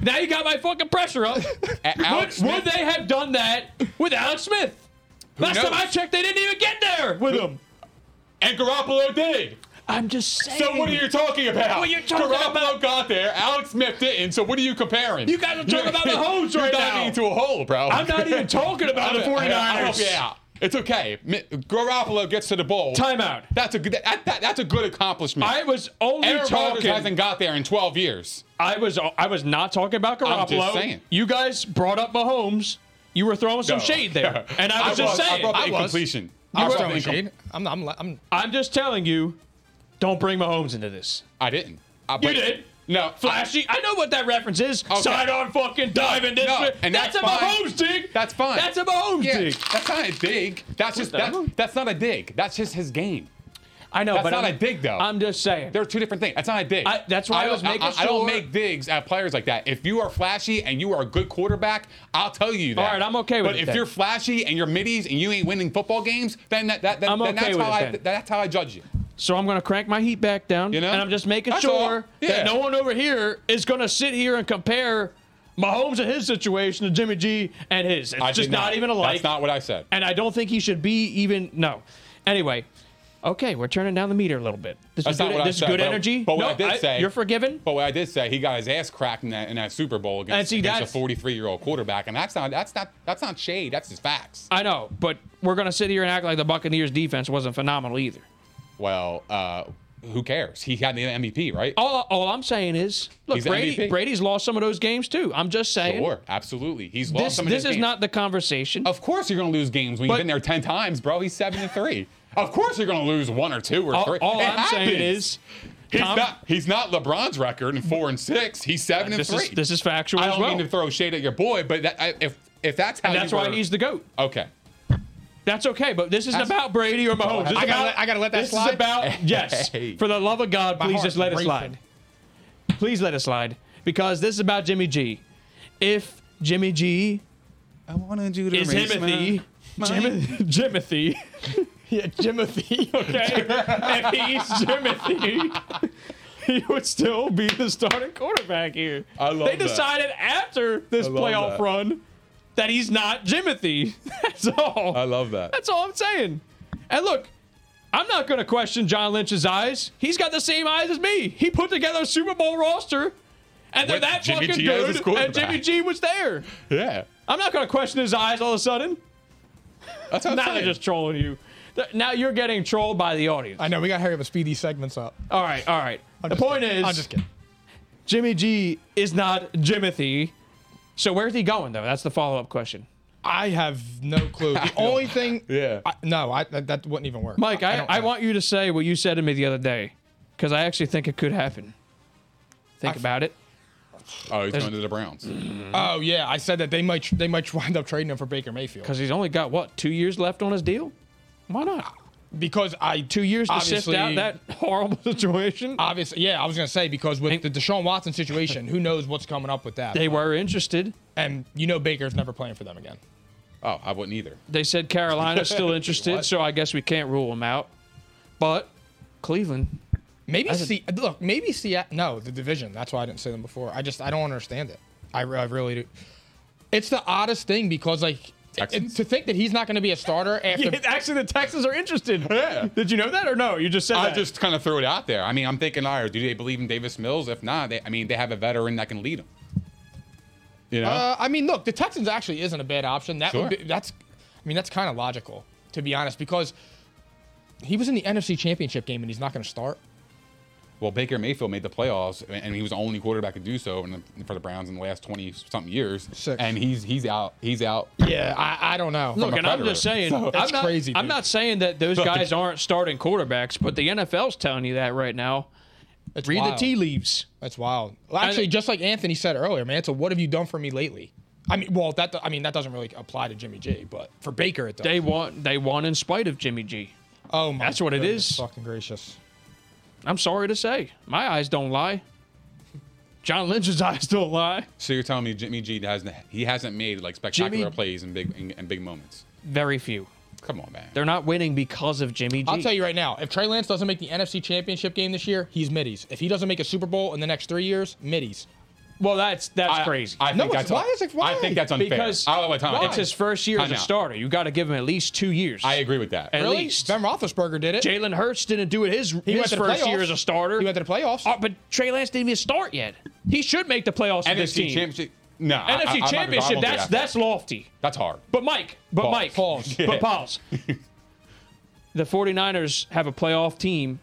Speaker 4: Now you got my fucking pressure up.
Speaker 1: A-
Speaker 4: would,
Speaker 1: Alex
Speaker 4: would
Speaker 1: Smith-
Speaker 4: they have done that with Alex Smith? Last time
Speaker 1: knows?
Speaker 4: I checked, they didn't even get there with him.
Speaker 1: And Garoppolo did.
Speaker 4: I'm just saying.
Speaker 1: So what are you talking about?
Speaker 4: What are you talking
Speaker 1: Garoppolo
Speaker 4: about?
Speaker 1: got there. Alex Smith didn't. So what are you comparing?
Speaker 4: You guys are talking about the hose
Speaker 1: You're
Speaker 4: right now.
Speaker 1: diving into a hole, bro.
Speaker 4: I'm not even talking about the
Speaker 1: I'm- I'll help
Speaker 4: 49ers.
Speaker 1: you out. It's okay. Mi- Garoppolo gets to the bowl.
Speaker 4: Timeout.
Speaker 1: That's a good. That, that- that's a good accomplishment.
Speaker 4: I was only
Speaker 1: Aaron Rodgers
Speaker 4: talking.
Speaker 1: hasn't got there in 12 years.
Speaker 4: I was uh, I was not talking about Garoppolo.
Speaker 1: I'm just saying.
Speaker 4: You guys brought up Mahomes. You were throwing some
Speaker 1: No.
Speaker 4: shade there, and I was just
Speaker 1: brought-
Speaker 4: saying.
Speaker 1: I brought the
Speaker 4: was.
Speaker 1: incompletion.
Speaker 2: I
Speaker 1: I
Speaker 2: was
Speaker 1: brought the
Speaker 2: throwing
Speaker 1: incom-
Speaker 2: shade. I'm, I'm, I'm,
Speaker 4: I'm just telling you, don't bring Mahomes into this.
Speaker 1: I didn't. I,
Speaker 4: You
Speaker 1: but-
Speaker 4: did.
Speaker 1: No.
Speaker 4: Flashy. I know what that reference is. Side on fucking diving. This
Speaker 1: No, and
Speaker 4: that's,
Speaker 1: that's
Speaker 4: a
Speaker 1: fine.
Speaker 4: Mahomes dig.
Speaker 1: That's fine.
Speaker 4: That's a Mahomes
Speaker 1: Yeah,
Speaker 4: dig.
Speaker 1: that's not a dig. That's just that's, that's not a dig. That's just his game.
Speaker 4: I know,
Speaker 1: That's
Speaker 4: but
Speaker 1: not
Speaker 4: I'm,
Speaker 1: a dig, though.
Speaker 4: I'm just saying.
Speaker 1: They're two different things. That's not a dig.
Speaker 4: I- that's why I
Speaker 1: don't-
Speaker 4: was making
Speaker 1: I, I
Speaker 4: sure-
Speaker 1: don't make digs at players like that. If you are flashy and you are a good quarterback, I'll tell you that.
Speaker 4: All right, I'm okay with
Speaker 1: But
Speaker 4: it
Speaker 1: if
Speaker 4: then.
Speaker 1: you're flashy and you're middies and you ain't winning football games, then that, that, then,
Speaker 4: I'm okay
Speaker 1: then that's
Speaker 4: with
Speaker 1: how
Speaker 4: it
Speaker 1: I
Speaker 4: then.
Speaker 1: that's how I judge you.
Speaker 4: So I'm gonna crank my heat back down,
Speaker 1: You know?
Speaker 4: and I'm just making
Speaker 1: That's
Speaker 4: sure
Speaker 1: all.
Speaker 4: that
Speaker 1: Yeah.
Speaker 4: no one over here is gonna sit here and compare Mahomes and his situation to Jimmy G and his. It's
Speaker 1: I
Speaker 4: just
Speaker 1: did
Speaker 4: not, even alike.
Speaker 1: That's not what I said.
Speaker 4: and I don't think he should be even. No. Anyway, okay, we're turning down the meter a little bit. This
Speaker 1: That's
Speaker 4: is
Speaker 1: not
Speaker 4: good,
Speaker 1: what I
Speaker 4: this is
Speaker 1: said,
Speaker 4: good
Speaker 1: but-
Speaker 4: energy.
Speaker 1: but what
Speaker 4: no,
Speaker 1: I did say-
Speaker 4: you're forgiven.
Speaker 1: But what I did say, he got his ass cracked in that, in that Super Bowl
Speaker 4: And
Speaker 1: against,
Speaker 4: see,
Speaker 1: against a
Speaker 4: that's-
Speaker 1: 43 year old quarterback, and that's not that's not that's not shade. That's just facts.
Speaker 4: I know, but we're gonna sit here and act like the Buccaneers defense wasn't phenomenal either.
Speaker 1: Well, uh, who cares? He had the MVP, right?
Speaker 4: All, all I'm saying is, look,
Speaker 1: He's the
Speaker 4: Brady,
Speaker 1: MVP.
Speaker 4: Brady's lost some of those games too. I'm just saying.
Speaker 1: Sure, absolutely. He's lost
Speaker 4: This,
Speaker 1: some of
Speaker 4: this
Speaker 1: his
Speaker 4: is
Speaker 1: games.
Speaker 4: not the conversation.
Speaker 1: Of course you're gonna lose games when
Speaker 4: But-
Speaker 1: you've been there ten times, bro. He's seven and three. Of course you're gonna lose one or two or
Speaker 4: All-
Speaker 1: three.
Speaker 4: all
Speaker 1: It
Speaker 4: I'm saying
Speaker 1: happens.
Speaker 4: is,
Speaker 1: he's
Speaker 4: Tom-
Speaker 1: not he's not LeBron's record in four and six. He's seven and
Speaker 4: This
Speaker 1: three.
Speaker 4: is- this is factual
Speaker 1: I
Speaker 4: as
Speaker 1: don't
Speaker 4: well.
Speaker 1: mean to throw shade at your boy, but that, I, if if that's how
Speaker 4: and
Speaker 1: you
Speaker 4: that's why
Speaker 1: were-
Speaker 4: he's the goat.
Speaker 1: okay.
Speaker 4: That's okay, but this isn't
Speaker 1: That's-
Speaker 4: about Brady or Mahomes. This is
Speaker 2: I gotta
Speaker 4: about-
Speaker 2: let- I gotta let that
Speaker 4: this
Speaker 2: slide?
Speaker 4: is about yes.
Speaker 1: Hey.
Speaker 4: For the love of God,
Speaker 2: My
Speaker 4: please
Speaker 2: heart's
Speaker 4: just let it
Speaker 2: racing.
Speaker 4: slide. Please let it slide because this is about Jimmy G. If Jimmy G
Speaker 1: I wanted you to
Speaker 4: is Timothy, Jimothy, Jimothy, yeah, Jimothy. Okay, if he's Jimothy, he would still be the starting quarterback here.
Speaker 1: I love
Speaker 4: they
Speaker 1: that.
Speaker 4: decided after this
Speaker 1: I love
Speaker 4: playoff
Speaker 1: that.
Speaker 4: run that he's not Jimothy. That's all.
Speaker 1: I love that.
Speaker 4: That's all I'm saying. And look, I'm not going to question John Lynch's eyes. He's got the same eyes as me. He put together a Super Bowl roster, and they're
Speaker 1: With
Speaker 4: that
Speaker 1: Jimmy
Speaker 4: fucking
Speaker 1: G as his
Speaker 4: good. And
Speaker 1: quarterback.
Speaker 4: Jimmy G was there.
Speaker 1: yeah.
Speaker 4: I'm not going to question his eyes all of a sudden.
Speaker 1: That's what I'm
Speaker 4: Now they're
Speaker 1: saying.
Speaker 4: just trolling you. Th- Now you're getting trolled by the audience.
Speaker 2: I know we got to hurry up and speed these segments up.
Speaker 4: All right, all right.
Speaker 2: I'm
Speaker 4: the
Speaker 2: just
Speaker 4: point
Speaker 2: kidding.
Speaker 4: is,
Speaker 2: I'm just kidding.
Speaker 4: Jimmy G is not Jimothy. So where's he going though? That's the follow-up question.
Speaker 2: I have no clue. The only thing,
Speaker 1: Yeah.
Speaker 2: I, no, I, that, that wouldn't even work.
Speaker 4: Mike, I,
Speaker 2: don't
Speaker 4: I,
Speaker 2: know.
Speaker 4: want you to say what you said to me the other day, because I actually think it could happen. Think about it.
Speaker 1: oh, he's going to the Browns.
Speaker 2: Oh yeah, I said that they might they might wind up trading him for Baker Mayfield
Speaker 4: Because he's only got what two years left on his deal. Why not?
Speaker 2: because I
Speaker 4: Two years to sift
Speaker 2: obviously
Speaker 4: out that horrible situation.
Speaker 2: obviously yeah I was gonna say because with the Deshaun Watson situation, who knows what's coming up with that?
Speaker 4: They were interested.
Speaker 2: and you know Baker's never playing for them again.
Speaker 1: Oh, I wouldn't either.
Speaker 4: They said Carolina's still interested, so I guess we can't rule him out. But Cleveland,
Speaker 2: Maybe
Speaker 4: That's a-
Speaker 2: see look maybe Seattle no the division that's why I didn't say them before. I just I don't understand it. I, re- I really do. It's the oddest thing because like.
Speaker 1: Texans?
Speaker 2: to think that he's not going to be a starter after
Speaker 4: actually, the Texans are interested.
Speaker 1: Yeah.
Speaker 4: Did you know that or no? You just
Speaker 2: Uh,
Speaker 4: said
Speaker 1: I just kind of threw it out there. I mean, I'm thinking, all right, do they believe in Davis Mills? If not, they, I mean, they have a veteran that can lead them. You know,
Speaker 2: Uh, I mean, look, the Texans actually isn't a bad option. That would
Speaker 1: Sure.
Speaker 2: be, that's, I mean, that's kind of logical to be honest, because he was in the NFC Championship game and he's not going to start.
Speaker 1: well, Baker Mayfield made the playoffs, and and he was the only quarterback to do so in the, for the Browns in the last 20 something years.
Speaker 2: Six.
Speaker 1: And he's he's out. He's out.
Speaker 2: Yeah, I, I don't know.
Speaker 4: Look,
Speaker 2: From a
Speaker 4: and I'm
Speaker 2: predator.
Speaker 4: just saying, I'm,
Speaker 2: That's
Speaker 4: not,
Speaker 2: crazy,
Speaker 4: I'm
Speaker 2: dude.
Speaker 4: not saying that those guys aren't starting quarterbacks, but the NFL's telling you that right now.
Speaker 2: It's
Speaker 4: Read the
Speaker 2: wild.
Speaker 4: tea leaves.
Speaker 2: That's wild. Well, actually, just like Anthony said earlier, man. So, what have you done for me lately? I mean, well, that I mean that doesn't really apply to Jimmy G, but for Baker it does.
Speaker 4: They want, they won in spite of Jimmy G.
Speaker 2: oh my,
Speaker 4: that's what it
Speaker 2: goodness
Speaker 4: is.
Speaker 2: Fucking gracious.
Speaker 4: I'm sorry to say, my eyes don't lie. John Lynch's eyes don't lie.
Speaker 1: So you're telling me Jimmy G hasn't he hasn't made like spectacular
Speaker 4: Jimmy-
Speaker 1: plays in big in, in big moments?
Speaker 4: Very few.
Speaker 1: Come on, man.
Speaker 4: They're not winning because of Jimmy G.
Speaker 2: I'll tell you right now, if Trey Lance doesn't make the NFC Championship game this year, he's middies. If he doesn't make a Super Bowl in the next three years, middies.
Speaker 4: Well, that's that's
Speaker 1: I-
Speaker 4: crazy.
Speaker 1: I think
Speaker 2: No, it's-
Speaker 1: that's
Speaker 2: why is it- why?
Speaker 1: I think that's unfair.
Speaker 4: because
Speaker 1: I don't know what time.
Speaker 4: it's his first year as
Speaker 1: Time
Speaker 4: a
Speaker 1: out.
Speaker 4: starter. You got to give him at least two years.
Speaker 1: I agree with that.
Speaker 4: At
Speaker 2: Really?
Speaker 4: least.
Speaker 2: Ben Roethlisberger did it.
Speaker 4: Jalen Hurts didn't do it his,
Speaker 2: he went
Speaker 4: his
Speaker 2: to the
Speaker 4: first year
Speaker 2: playoffs.
Speaker 4: as a starter.
Speaker 2: He went to the playoffs.
Speaker 4: Uh, but Trey Lance didn't even start yet. He should make the playoffs with this
Speaker 1: NFC
Speaker 4: team.
Speaker 1: Championship. No, I- I-
Speaker 4: NFC
Speaker 1: I'm not- I
Speaker 4: Championship.
Speaker 1: won't do
Speaker 4: That's
Speaker 1: that.
Speaker 4: that's lofty.
Speaker 1: that's hard.
Speaker 4: But Mike, but
Speaker 1: Pause.
Speaker 4: Mike,
Speaker 1: Pause.
Speaker 4: but pause. the 49ers have a playoff team,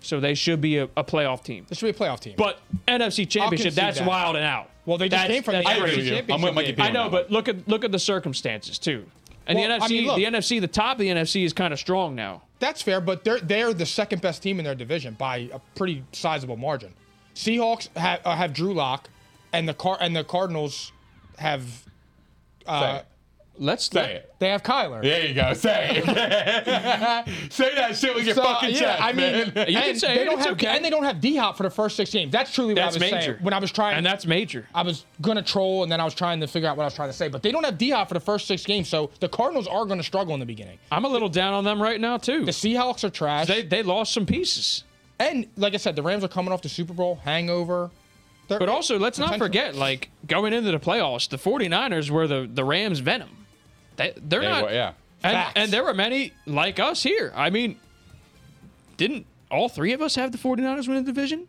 Speaker 4: so they should be a, a playoff team.
Speaker 2: This should be a playoff team.
Speaker 4: But NFC Championship,
Speaker 2: concede
Speaker 4: that's
Speaker 2: that.
Speaker 4: wild and out.
Speaker 2: well, they just
Speaker 4: That's-
Speaker 2: came from the
Speaker 4: that's
Speaker 1: I agree
Speaker 2: NFC
Speaker 1: with you.
Speaker 2: Championship.
Speaker 1: I'm with Mikey
Speaker 2: game.
Speaker 1: P.
Speaker 4: I know,
Speaker 1: on that
Speaker 4: but look at look at the circumstances too. And
Speaker 2: Well, I
Speaker 4: the NFC,
Speaker 2: mean, look.
Speaker 4: the NFC, the top of the NFC is kind of strong now.
Speaker 2: That's fair, but they're they're the second best team in their division by a pretty sizable margin. Seahawks have, uh, have Drew Lock, and the car and the Cardinals have
Speaker 1: Say it.
Speaker 4: Let's
Speaker 1: Say it.
Speaker 2: they have Kyler.
Speaker 1: There you go. Say it. say that shit with your
Speaker 2: So,
Speaker 1: fucking
Speaker 2: yeah,
Speaker 1: chest,
Speaker 2: I mean,
Speaker 1: man.
Speaker 2: and
Speaker 4: can say
Speaker 2: they
Speaker 4: it,
Speaker 2: don't
Speaker 4: it's
Speaker 2: have
Speaker 4: okay.
Speaker 2: and they don't have D Hop for the first six games. That's truly what
Speaker 4: That's
Speaker 2: I was
Speaker 4: major.
Speaker 2: saying when I was trying.
Speaker 4: and that's major.
Speaker 2: I was gonna troll, and then I was trying to figure out what I was trying to say. But they don't have D Hop for the first six games, so the Cardinals are gonna struggle in the beginning.
Speaker 4: I'm a little down on them right now too.
Speaker 2: The Seahawks are trash,
Speaker 4: They they lost some pieces.
Speaker 2: and like I said, the Rams are coming off the Super Bowl hangover. They're-
Speaker 4: But also, let's not
Speaker 2: Potential.
Speaker 4: forget, like going into the playoffs, the 49ers were the the Rams' venom. They, they're
Speaker 1: They
Speaker 4: not.
Speaker 1: were- yeah.
Speaker 4: And,
Speaker 2: Facts.
Speaker 4: and there were many like us here. I mean, didn't all three of us have the 49ers win the division?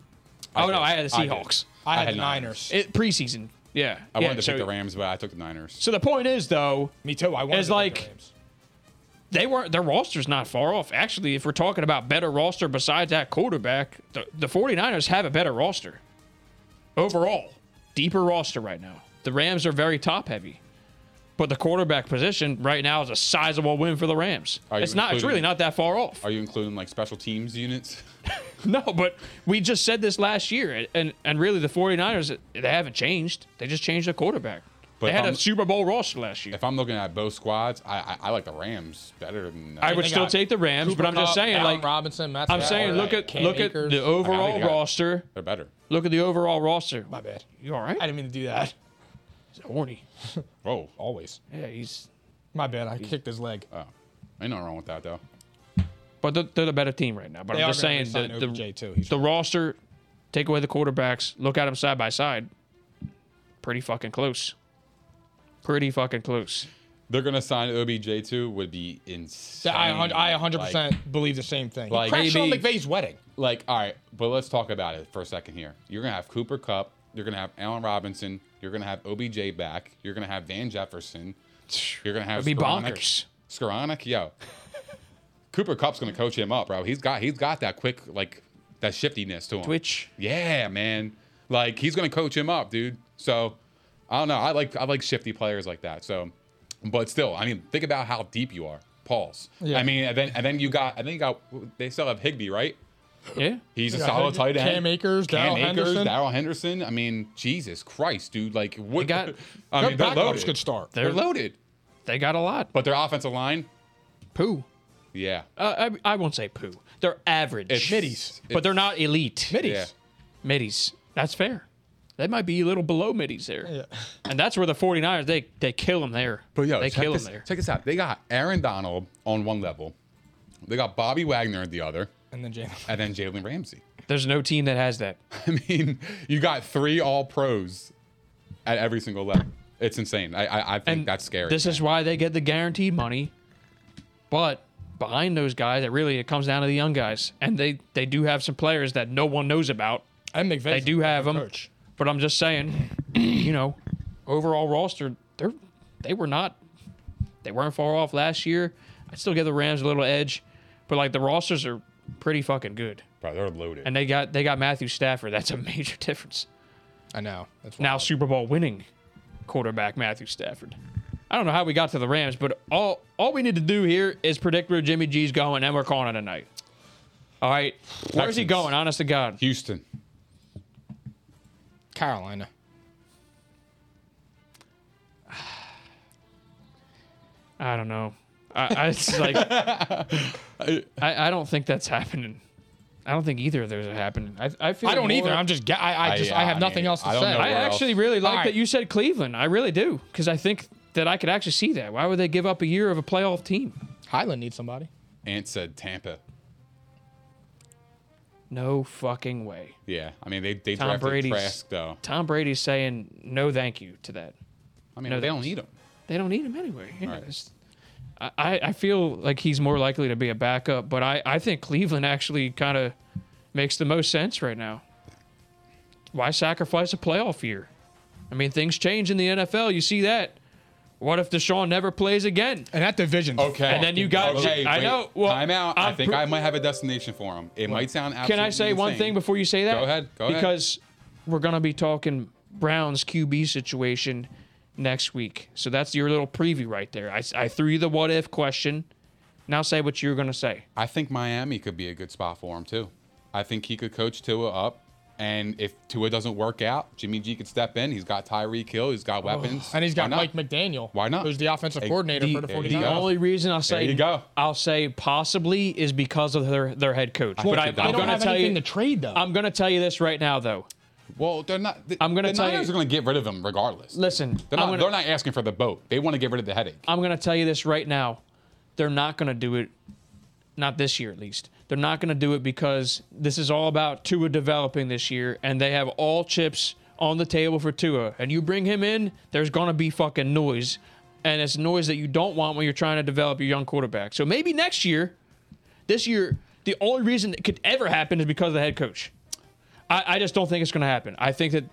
Speaker 4: oh no,
Speaker 1: did.
Speaker 4: I had the
Speaker 1: I did.
Speaker 4: Seahawks.
Speaker 2: I had,
Speaker 1: I had
Speaker 2: the Niners.
Speaker 4: It, preseason. Yeah.
Speaker 1: I
Speaker 4: yeah,
Speaker 1: wanted to
Speaker 4: so,
Speaker 1: pick the Rams, but I took the Niners.
Speaker 4: So the point is, though,
Speaker 2: Me too. I wanted
Speaker 4: It's
Speaker 2: to pick
Speaker 4: like-
Speaker 2: the Rams.
Speaker 4: they weren't their roster's not far off. Actually, if we're talking about better roster besides that quarterback, the, the 49ers have a better roster. Overall, deeper roster right now. The Rams are very top heavy. But the quarterback position right now is a sizable win for the Rams.
Speaker 1: Are you
Speaker 4: It's not it's
Speaker 1: including-
Speaker 4: really not that far off.
Speaker 1: Are you including like special teams units?
Speaker 4: No, but we just said this last year and and, and really the 49ers they haven't changed. They just changed the quarterback.
Speaker 1: But
Speaker 4: they had
Speaker 1: I'm-
Speaker 4: a Super Bowl roster last year.
Speaker 1: If I'm looking at both squads, I I, I like the Rams better than
Speaker 4: I would
Speaker 2: They
Speaker 4: still
Speaker 2: got
Speaker 4: take the Rams,
Speaker 2: Cooper
Speaker 4: but I'm just
Speaker 2: Kupp,
Speaker 4: saying
Speaker 2: Allen
Speaker 4: like
Speaker 2: Robinson. Matt
Speaker 4: I'm
Speaker 2: Stafford,
Speaker 4: saying look at
Speaker 2: Cam
Speaker 4: look at
Speaker 2: Akers.
Speaker 4: the overall
Speaker 1: got-
Speaker 4: roster.
Speaker 1: They're better.
Speaker 4: Look at the overall roster.
Speaker 2: My bad.
Speaker 4: You all right?
Speaker 2: I didn't mean to do that.
Speaker 4: horny.
Speaker 1: Whoa,
Speaker 2: Oh, Always.
Speaker 4: Yeah, he's.
Speaker 2: My bad. I kicked his leg.
Speaker 1: ain't nothing wrong with that though.
Speaker 4: But they're, they're the better team right now. But
Speaker 2: They
Speaker 4: I'm
Speaker 2: are
Speaker 4: just
Speaker 2: gonna
Speaker 4: saying the
Speaker 2: re-sign
Speaker 4: the,
Speaker 2: OBJ too. He's-
Speaker 4: the roster. Take away the quarterbacks. Look at them side by side. Pretty fucking close. Pretty fucking close.
Speaker 1: They're gonna sign OBJ too. Would be insane.
Speaker 2: I hun- I 100%
Speaker 1: Like,
Speaker 2: believe the same thing.
Speaker 1: like-
Speaker 2: he crashed Sean
Speaker 1: Maybe-
Speaker 2: McVay's wedding.
Speaker 1: like, all right, but let's talk about it for a second here. You're gonna have Cooper Cup. You're gonna have Allen Robinson. You're gonna have OBJ back. You're gonna have Van Jefferson. You're gonna have
Speaker 4: It'd be
Speaker 1: Skoranek.
Speaker 4: bonkers.
Speaker 1: Skoranek, yo. Cooper Cup's gonna coach him up, bro. He's got he's got that quick like that shiftiness to him.
Speaker 4: Twitch.
Speaker 1: Yeah, man. Like he's gonna coach him up, dude. So I don't know. I like I like shifty players like that. So, but still, I mean, think about how deep you are. Pause.
Speaker 2: Yeah.
Speaker 1: I mean, and then and then you got and then you got they still have Higby, right?
Speaker 4: Yeah.
Speaker 1: He's a
Speaker 2: Yeah,
Speaker 1: solid
Speaker 2: Higbee,
Speaker 1: tight end.
Speaker 2: Cam Akers,
Speaker 1: Cam
Speaker 2: Darrell
Speaker 1: Akers,
Speaker 2: Henderson.
Speaker 1: Darrell Henderson. I mean, Jesus Christ, dude. Like what?
Speaker 4: They got-
Speaker 1: I mean,
Speaker 2: Their
Speaker 1: they're
Speaker 2: backups
Speaker 1: loaded.
Speaker 2: could start.
Speaker 1: They're
Speaker 4: They're-
Speaker 1: loaded,
Speaker 4: They got a lot.
Speaker 1: but their offensive line,
Speaker 4: Poo.
Speaker 1: yeah.
Speaker 4: Uh, I, I won't say poo. They're average.
Speaker 1: It's-
Speaker 4: middies. But they're not elite.
Speaker 2: Middies.
Speaker 1: Yeah.
Speaker 4: Middies. That's fair. They might be a little below middies there.
Speaker 2: Yeah.
Speaker 4: And that's where the 49ers, they, they kill them there.
Speaker 1: But yo,
Speaker 4: they
Speaker 1: check
Speaker 4: kill
Speaker 1: this,
Speaker 4: them there.
Speaker 1: Check this out. They got Aaron Donald on one level. They got Bobby Wagner at the other,
Speaker 2: And then Jalen.
Speaker 1: and then Jalen Ramsey.
Speaker 4: There's no team that has that.
Speaker 1: I mean, you got three All Pros at every single level. It's insane. I I, I think that's scary.
Speaker 4: This is why they get the guaranteed money. But behind those guys, it really it comes down to the young guys, and they they do have some players that no one knows about.
Speaker 2: And McVay.
Speaker 4: They do have them,
Speaker 2: Coach.
Speaker 4: but I'm just saying, you know, overall roster, they're they were not they weren't far off last year. I'd still give the Rams a little edge, but like the rosters are pretty fucking good,
Speaker 1: bro. They're loaded.
Speaker 4: and they got they got Matthew Stafford. That's a major difference.
Speaker 2: I know. That's
Speaker 4: now
Speaker 2: wild.
Speaker 4: Super Bowl winning quarterback Matthew Stafford. I don't know how we got to the Rams, but all all we need to do here is predict where Jimmy G's going, and we're calling it a night. All right, where's he
Speaker 1: Texans.
Speaker 4: going? Honest to God,
Speaker 1: Houston.
Speaker 2: Carolina.
Speaker 4: I don't know. I, I it's like I, I don't think that's happening. I don't think either of those are happening. I, I feel
Speaker 2: I don't
Speaker 4: more-
Speaker 2: either. I'm just. ga- I, I just. I,
Speaker 1: I-
Speaker 2: have
Speaker 1: I
Speaker 2: nothing
Speaker 1: mean,
Speaker 2: else to
Speaker 1: I don't
Speaker 2: say.
Speaker 1: know
Speaker 4: I
Speaker 1: where else.
Speaker 4: actually really like
Speaker 2: Alright.
Speaker 4: that you said Cleveland. I really do because I think that I could actually see that. Why would they give up a year of a playoff team?
Speaker 2: Highland needs somebody.
Speaker 1: Ant said Tampa.
Speaker 4: No fucking way.
Speaker 1: Yeah, I mean they they
Speaker 4: Tom
Speaker 1: drafted
Speaker 4: Brady's
Speaker 1: Trask though.
Speaker 4: Tom Brady's saying no, thank you to that.
Speaker 1: I mean
Speaker 4: No,
Speaker 1: they don't
Speaker 4: that's-
Speaker 1: need him.
Speaker 4: They don't need him anyway. Yeah,
Speaker 1: Right.
Speaker 4: it's- I- I I feel like he's more likely to be a backup, but I I think Cleveland actually kind of makes the most sense right now. Why sacrifice a playoff year? I mean, things change in the NFL. You see that. What if Deshaun never plays again?
Speaker 2: And that division.
Speaker 1: Okay.
Speaker 4: And then you got-
Speaker 1: Okay,
Speaker 4: I
Speaker 1: wait,
Speaker 4: know, well,
Speaker 1: time out. i
Speaker 4: I'm
Speaker 1: think
Speaker 4: pr-
Speaker 1: I might have a destination for him. It might sound.
Speaker 4: Can I
Speaker 1: absolutely
Speaker 4: say one
Speaker 1: insane.
Speaker 4: thing before you say that?
Speaker 1: Go ahead, go ahead.
Speaker 4: because we're gonna be talking Browns QB situation next week, so that's your little preview right there. I, I threw you the what if question. Now say what you're gonna say.
Speaker 1: I think Miami could be a good spot for him too. I think he could coach Tua up, and if Tua doesn't work out, Jimmy G could step in. He's got Tyreek Hill. He's got weapons.
Speaker 2: And he's
Speaker 1: Why
Speaker 2: got
Speaker 1: not?
Speaker 2: Mike McDaniel.
Speaker 1: Why not?
Speaker 2: Who's the offensive
Speaker 1: Hey,
Speaker 2: coordinator
Speaker 1: D-
Speaker 2: for the
Speaker 1: there you
Speaker 2: 49ers.
Speaker 4: The
Speaker 1: go.
Speaker 4: only reason I'll say
Speaker 1: you go.
Speaker 4: I'll say possibly is because of their their head coach.
Speaker 1: think
Speaker 4: but I,
Speaker 1: the
Speaker 4: I'm
Speaker 1: Dolphins-
Speaker 4: gonna
Speaker 1: have
Speaker 4: tell you
Speaker 7: to trade though.
Speaker 4: I'm gonna tell you this right now though.
Speaker 1: Well, they're not. The,
Speaker 4: I'm gonna
Speaker 1: the
Speaker 4: tell
Speaker 1: Niners
Speaker 4: you-
Speaker 1: are going to get rid of him regardless.
Speaker 4: Listen,
Speaker 1: they're not,
Speaker 4: I'm gonna-
Speaker 1: they're not asking for the boat. They want to get rid of the headache.
Speaker 4: I'm going to tell you this right now. They're not going to do it, not this year at least. They're not going to do it because this is all about Tua developing this year, and they have all chips on the table for Tua. And you bring him in, there's going to be fucking noise. And it's noise that you don't want when you're trying to develop your young quarterback. So maybe next year, this year, the only reason it could ever happen is because of the head coach. I, I just don't think it's going to happen. I think that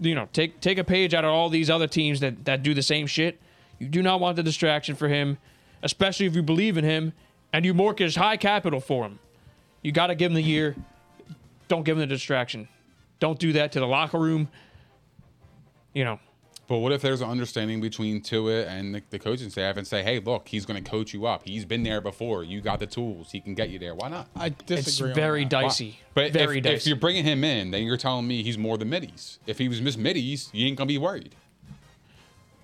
Speaker 4: you know, take take a page out of all these other teams that that do the same shit. You do not want the distraction for him, especially if you believe in him and you mortgage high capital for him. You got to give him the year. Don't give him the distraction. Don't do that to the locker room. You know,
Speaker 1: But what if there's an understanding between Tua and the, the coaching staff and say, hey, look, he's going to coach you up. He's been there before. You got the tools. He can get you there. Why not?
Speaker 2: I disagree.
Speaker 4: it's
Speaker 2: on
Speaker 4: very
Speaker 2: that.
Speaker 4: dicey.
Speaker 1: But
Speaker 4: very
Speaker 1: if, if
Speaker 4: dicey.
Speaker 1: you're bringing him in, then you're telling me he's more than middies. If he was Miss Middies, you ain't going to be worried.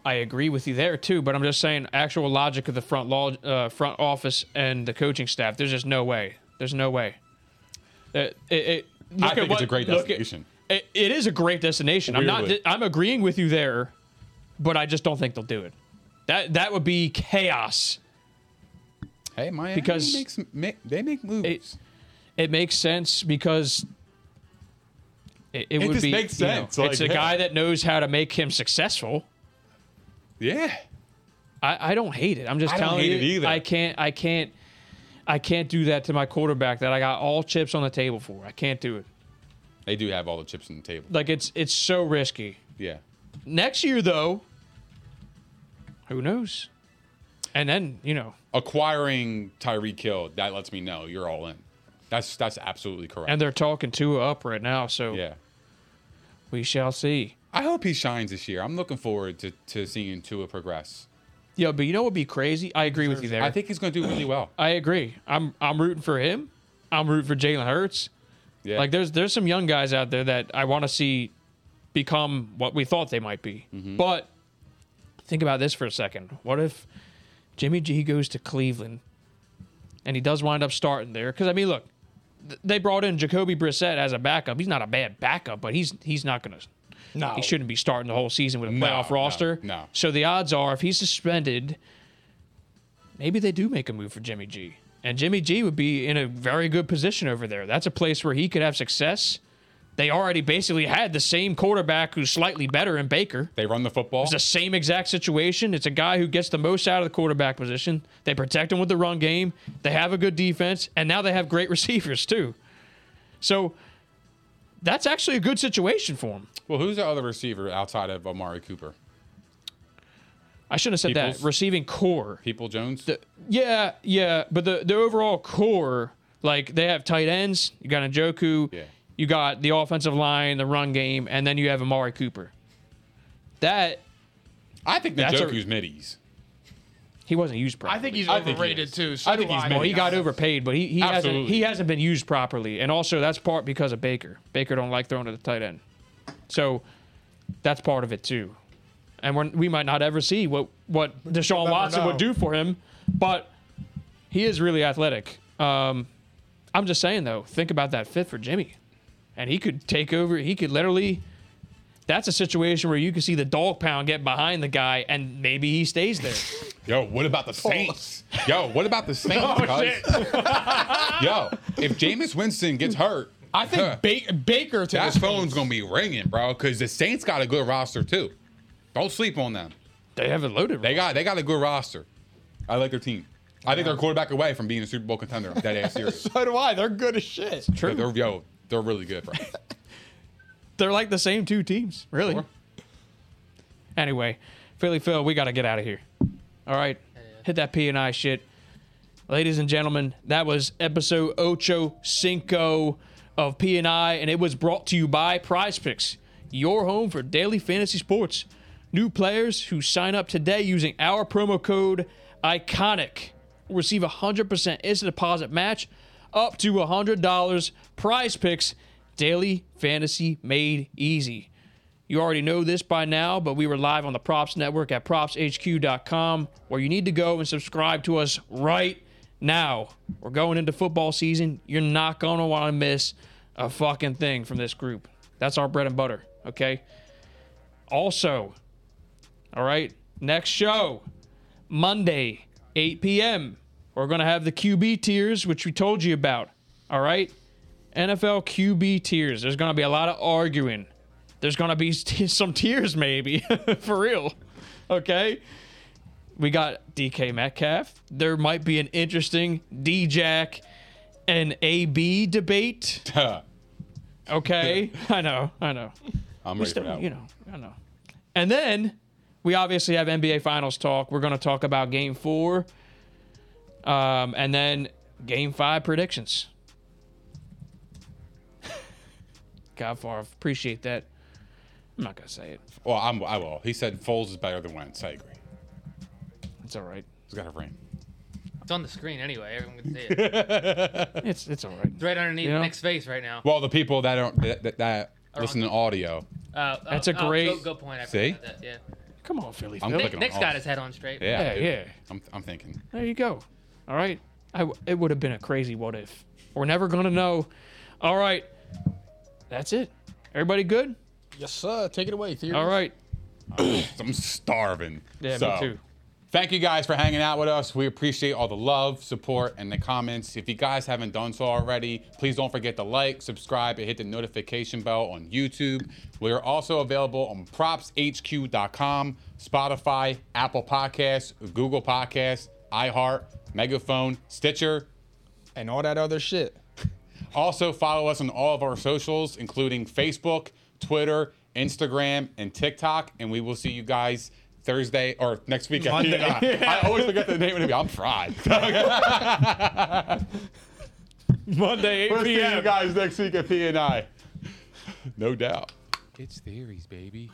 Speaker 4: I agree with you there too, but I'm just saying actual logic of the front law, uh, front office and the coaching staff. There's just no way. There's no way. Uh, It, it, it- look at
Speaker 1: think it's
Speaker 4: what-
Speaker 1: a great
Speaker 4: look at-
Speaker 1: destination.
Speaker 4: it- it is a great destination. I'm not.
Speaker 1: Weirdly.
Speaker 4: I'm agreeing with you there, but I just don't think they'll do it. That that would be chaos.
Speaker 1: Hey, Miami
Speaker 4: Because-
Speaker 1: makes, ma- they make moves.
Speaker 4: It- It makes sense because it, it, would
Speaker 1: just
Speaker 4: be.
Speaker 1: makes
Speaker 4: you know,
Speaker 1: sense, like,
Speaker 4: it's a
Speaker 1: yeah.
Speaker 4: guy that knows how to make him successful.
Speaker 1: yeah.
Speaker 4: I, I don't hate it. I'm just
Speaker 1: I don't
Speaker 4: telling
Speaker 1: hate
Speaker 4: you.
Speaker 1: it either.
Speaker 4: I can't. I can't. I can't do that to my quarterback that I got all chips on the table for. I can't do it.
Speaker 1: They do have all the chips on the table.
Speaker 4: Like it's it's so risky.
Speaker 1: Yeah.
Speaker 4: Next year though, who knows? And then you know,
Speaker 1: Acquiring Tyreek Hill, that lets me know you're all in. That's that's absolutely correct.
Speaker 4: and they're talking Tua up right now. So
Speaker 1: yeah.
Speaker 4: we shall see.
Speaker 1: I hope he shines this year. I'm looking forward to, to seeing Tua progress.
Speaker 4: Yeah, but you know what'd be crazy? I agree with you there.
Speaker 1: I think he's going to do really well.
Speaker 4: I agree. I'm I'm rooting for him. I'm rooting for Jalen Hurts.
Speaker 1: Yeah.
Speaker 4: Like there's there's some young guys out there that I want to see become what we thought they might be.
Speaker 1: Mm-hmm.
Speaker 4: But think about this for a second. What if Jimmy G goes to Cleveland and he does wind up starting there? Because I mean, look, th- they brought in Jacoby Brissett as a backup. He's not a bad backup, but he's he's not gonna.
Speaker 2: No.
Speaker 4: He shouldn't be starting the whole season with a
Speaker 1: No,
Speaker 4: playoff
Speaker 1: no,
Speaker 4: roster.
Speaker 1: no.
Speaker 4: So the odds are, if he's suspended, maybe they do make a move for Jimmy G. And Jimmy G would be in a very good position over there. That's a place where he could have success. They already basically had the same quarterback who's slightly better in Baker.
Speaker 1: They run the football.
Speaker 4: It's the same exact situation. It's a guy who gets the most out of the quarterback position. They protect him with the run game. They have a good defense, and now they have great receivers too. So that's actually a good situation for him.
Speaker 1: Well, who's the other receiver outside of Amari Cooper?
Speaker 4: I shouldn't have said
Speaker 1: Peoples?
Speaker 4: that. Receiving core.
Speaker 1: People Jones?
Speaker 4: Yeah, yeah, but the the overall core, like they have tight ends. You got Njoku.
Speaker 1: Yeah.
Speaker 4: You got the offensive line, the run game, and then you have Amari Cooper. That
Speaker 1: I think
Speaker 4: That's a-
Speaker 1: Njoku's middies.
Speaker 4: he wasn't used properly.
Speaker 2: I think he's
Speaker 1: I think he
Speaker 2: overrated
Speaker 1: is.
Speaker 2: too. So
Speaker 1: I think
Speaker 2: do
Speaker 1: he's
Speaker 2: I.
Speaker 1: made
Speaker 4: well, he got overpaid, but he, he hasn't
Speaker 1: Absolutely.
Speaker 4: he hasn't been used properly, and also that's part because of Baker. Baker don't like throwing to the tight end, so that's part of it too. And we're, we might not ever see what what Deshaun
Speaker 2: never
Speaker 4: Watson would do
Speaker 2: know.
Speaker 4: for him, but he is really athletic. Um, I'm just saying though, think about that fit for Jimmy, and he could take over. He could literally. That's a situation where you can see the dog pound get behind the guy, and maybe he stays there. Oh,
Speaker 1: Yo, what about the Saints? Yo, what about the Saints? oh, shit. Yo, if Jameis Winston gets hurt,
Speaker 2: I think
Speaker 1: huh,
Speaker 2: ba- Baker to
Speaker 1: that
Speaker 2: this
Speaker 1: phone's gonna be ringing, bro. Because the Saints got a good roster too. Don't sleep on them.
Speaker 4: They haven't loaded.
Speaker 1: They got they got a good roster. I like their team. I think they're a quarterback away from being a Super Bowl contender. I'm dead ass serious.
Speaker 2: So do I. They're good as shit.
Speaker 1: They're, they're- yo, they're really good, bro.
Speaker 4: They're like the same two teams, really.
Speaker 1: Sure.
Speaker 4: Anyway, Philly Phil, we got to get out of here. All right, hit that P and I shit, ladies and gentlemen. That was episode Ocho Cinco of P and I, and it was brought to you by Prize Picks, your home for daily fantasy sports. New players who sign up today using our promo code ICONIC will receive a 100% instant deposit match up to $100. Prize Picks, daily fantasy made easy. You already know this by now, but we were live on the Props Network at propshq.com, where you need to go and subscribe to us right now. We're going into football season. You're not going to want to miss a fucking thing from this group. That's our bread and butter, okay? Also, all right, next show, Monday, 8 p.m., we're going to have the QB tiers, which we told you about, all right? NFL QB tiers. There's going to be a lot of arguing there's gonna be t- some tears maybe for real okay we got dk metcalf there might be an interesting d-jack and ab debate okay i know i know
Speaker 1: I'm
Speaker 4: we
Speaker 1: ready for
Speaker 4: still,
Speaker 1: that.
Speaker 4: you know i know and then we obviously have nba finals talk we're gonna talk about game four um, and then game five predictions God, Favre, appreciate that. I'm not gonna say it.
Speaker 1: Well, I'm, I will. He said Foles is better than Wentz. I agree.
Speaker 4: It's all right.
Speaker 1: He's got a ring.
Speaker 3: It's on the screen anyway. Everyone can see it. It's
Speaker 4: It's it's all right.
Speaker 3: right underneath
Speaker 4: Yeah.
Speaker 3: Nick's face right now.
Speaker 1: Well, the people that don't that, that, that listen to audio,
Speaker 3: Uh, oh,
Speaker 4: That's a
Speaker 3: oh,
Speaker 4: great-
Speaker 3: Good, good point. I
Speaker 1: See?
Speaker 3: forgot that. Yeah.
Speaker 4: Come on, Philly.
Speaker 1: I'm
Speaker 4: Phil.
Speaker 1: clicking
Speaker 3: Nick, Nick's
Speaker 1: on all.
Speaker 3: got his head on straight.
Speaker 1: Yeah,
Speaker 4: Yeah,
Speaker 1: dude.
Speaker 4: yeah.
Speaker 1: I'm, I'm thinking.
Speaker 4: There you go. All right. I w- it would have been a crazy what if. We're never gonna know. All right. That's it. Everybody good?
Speaker 2: Yes, sir. Take it away, theory.
Speaker 4: All right.
Speaker 1: I'm starving.
Speaker 4: Yeah,
Speaker 1: So,
Speaker 4: me too.
Speaker 1: Thank you guys for hanging out with us. We appreciate all the love, support, and the comments. If you guys haven't done so already, please don't forget to like, subscribe, and hit the notification bell on YouTube. We are also available on propshq.com, Spotify, Apple Podcasts, Google Podcasts, iHeart, Megaphone, Stitcher,
Speaker 2: And all that other shit.
Speaker 1: Also, follow us on all of our socials, including Facebook, Twitter, Instagram, and TikTok. And we will see you guys Thursday or next week. Monday. I always forget the name of it. I'm fried.
Speaker 4: Monday, 8
Speaker 1: we'll see you
Speaker 4: p.m.
Speaker 1: guys next week at PNI. No doubt. It's theories, baby.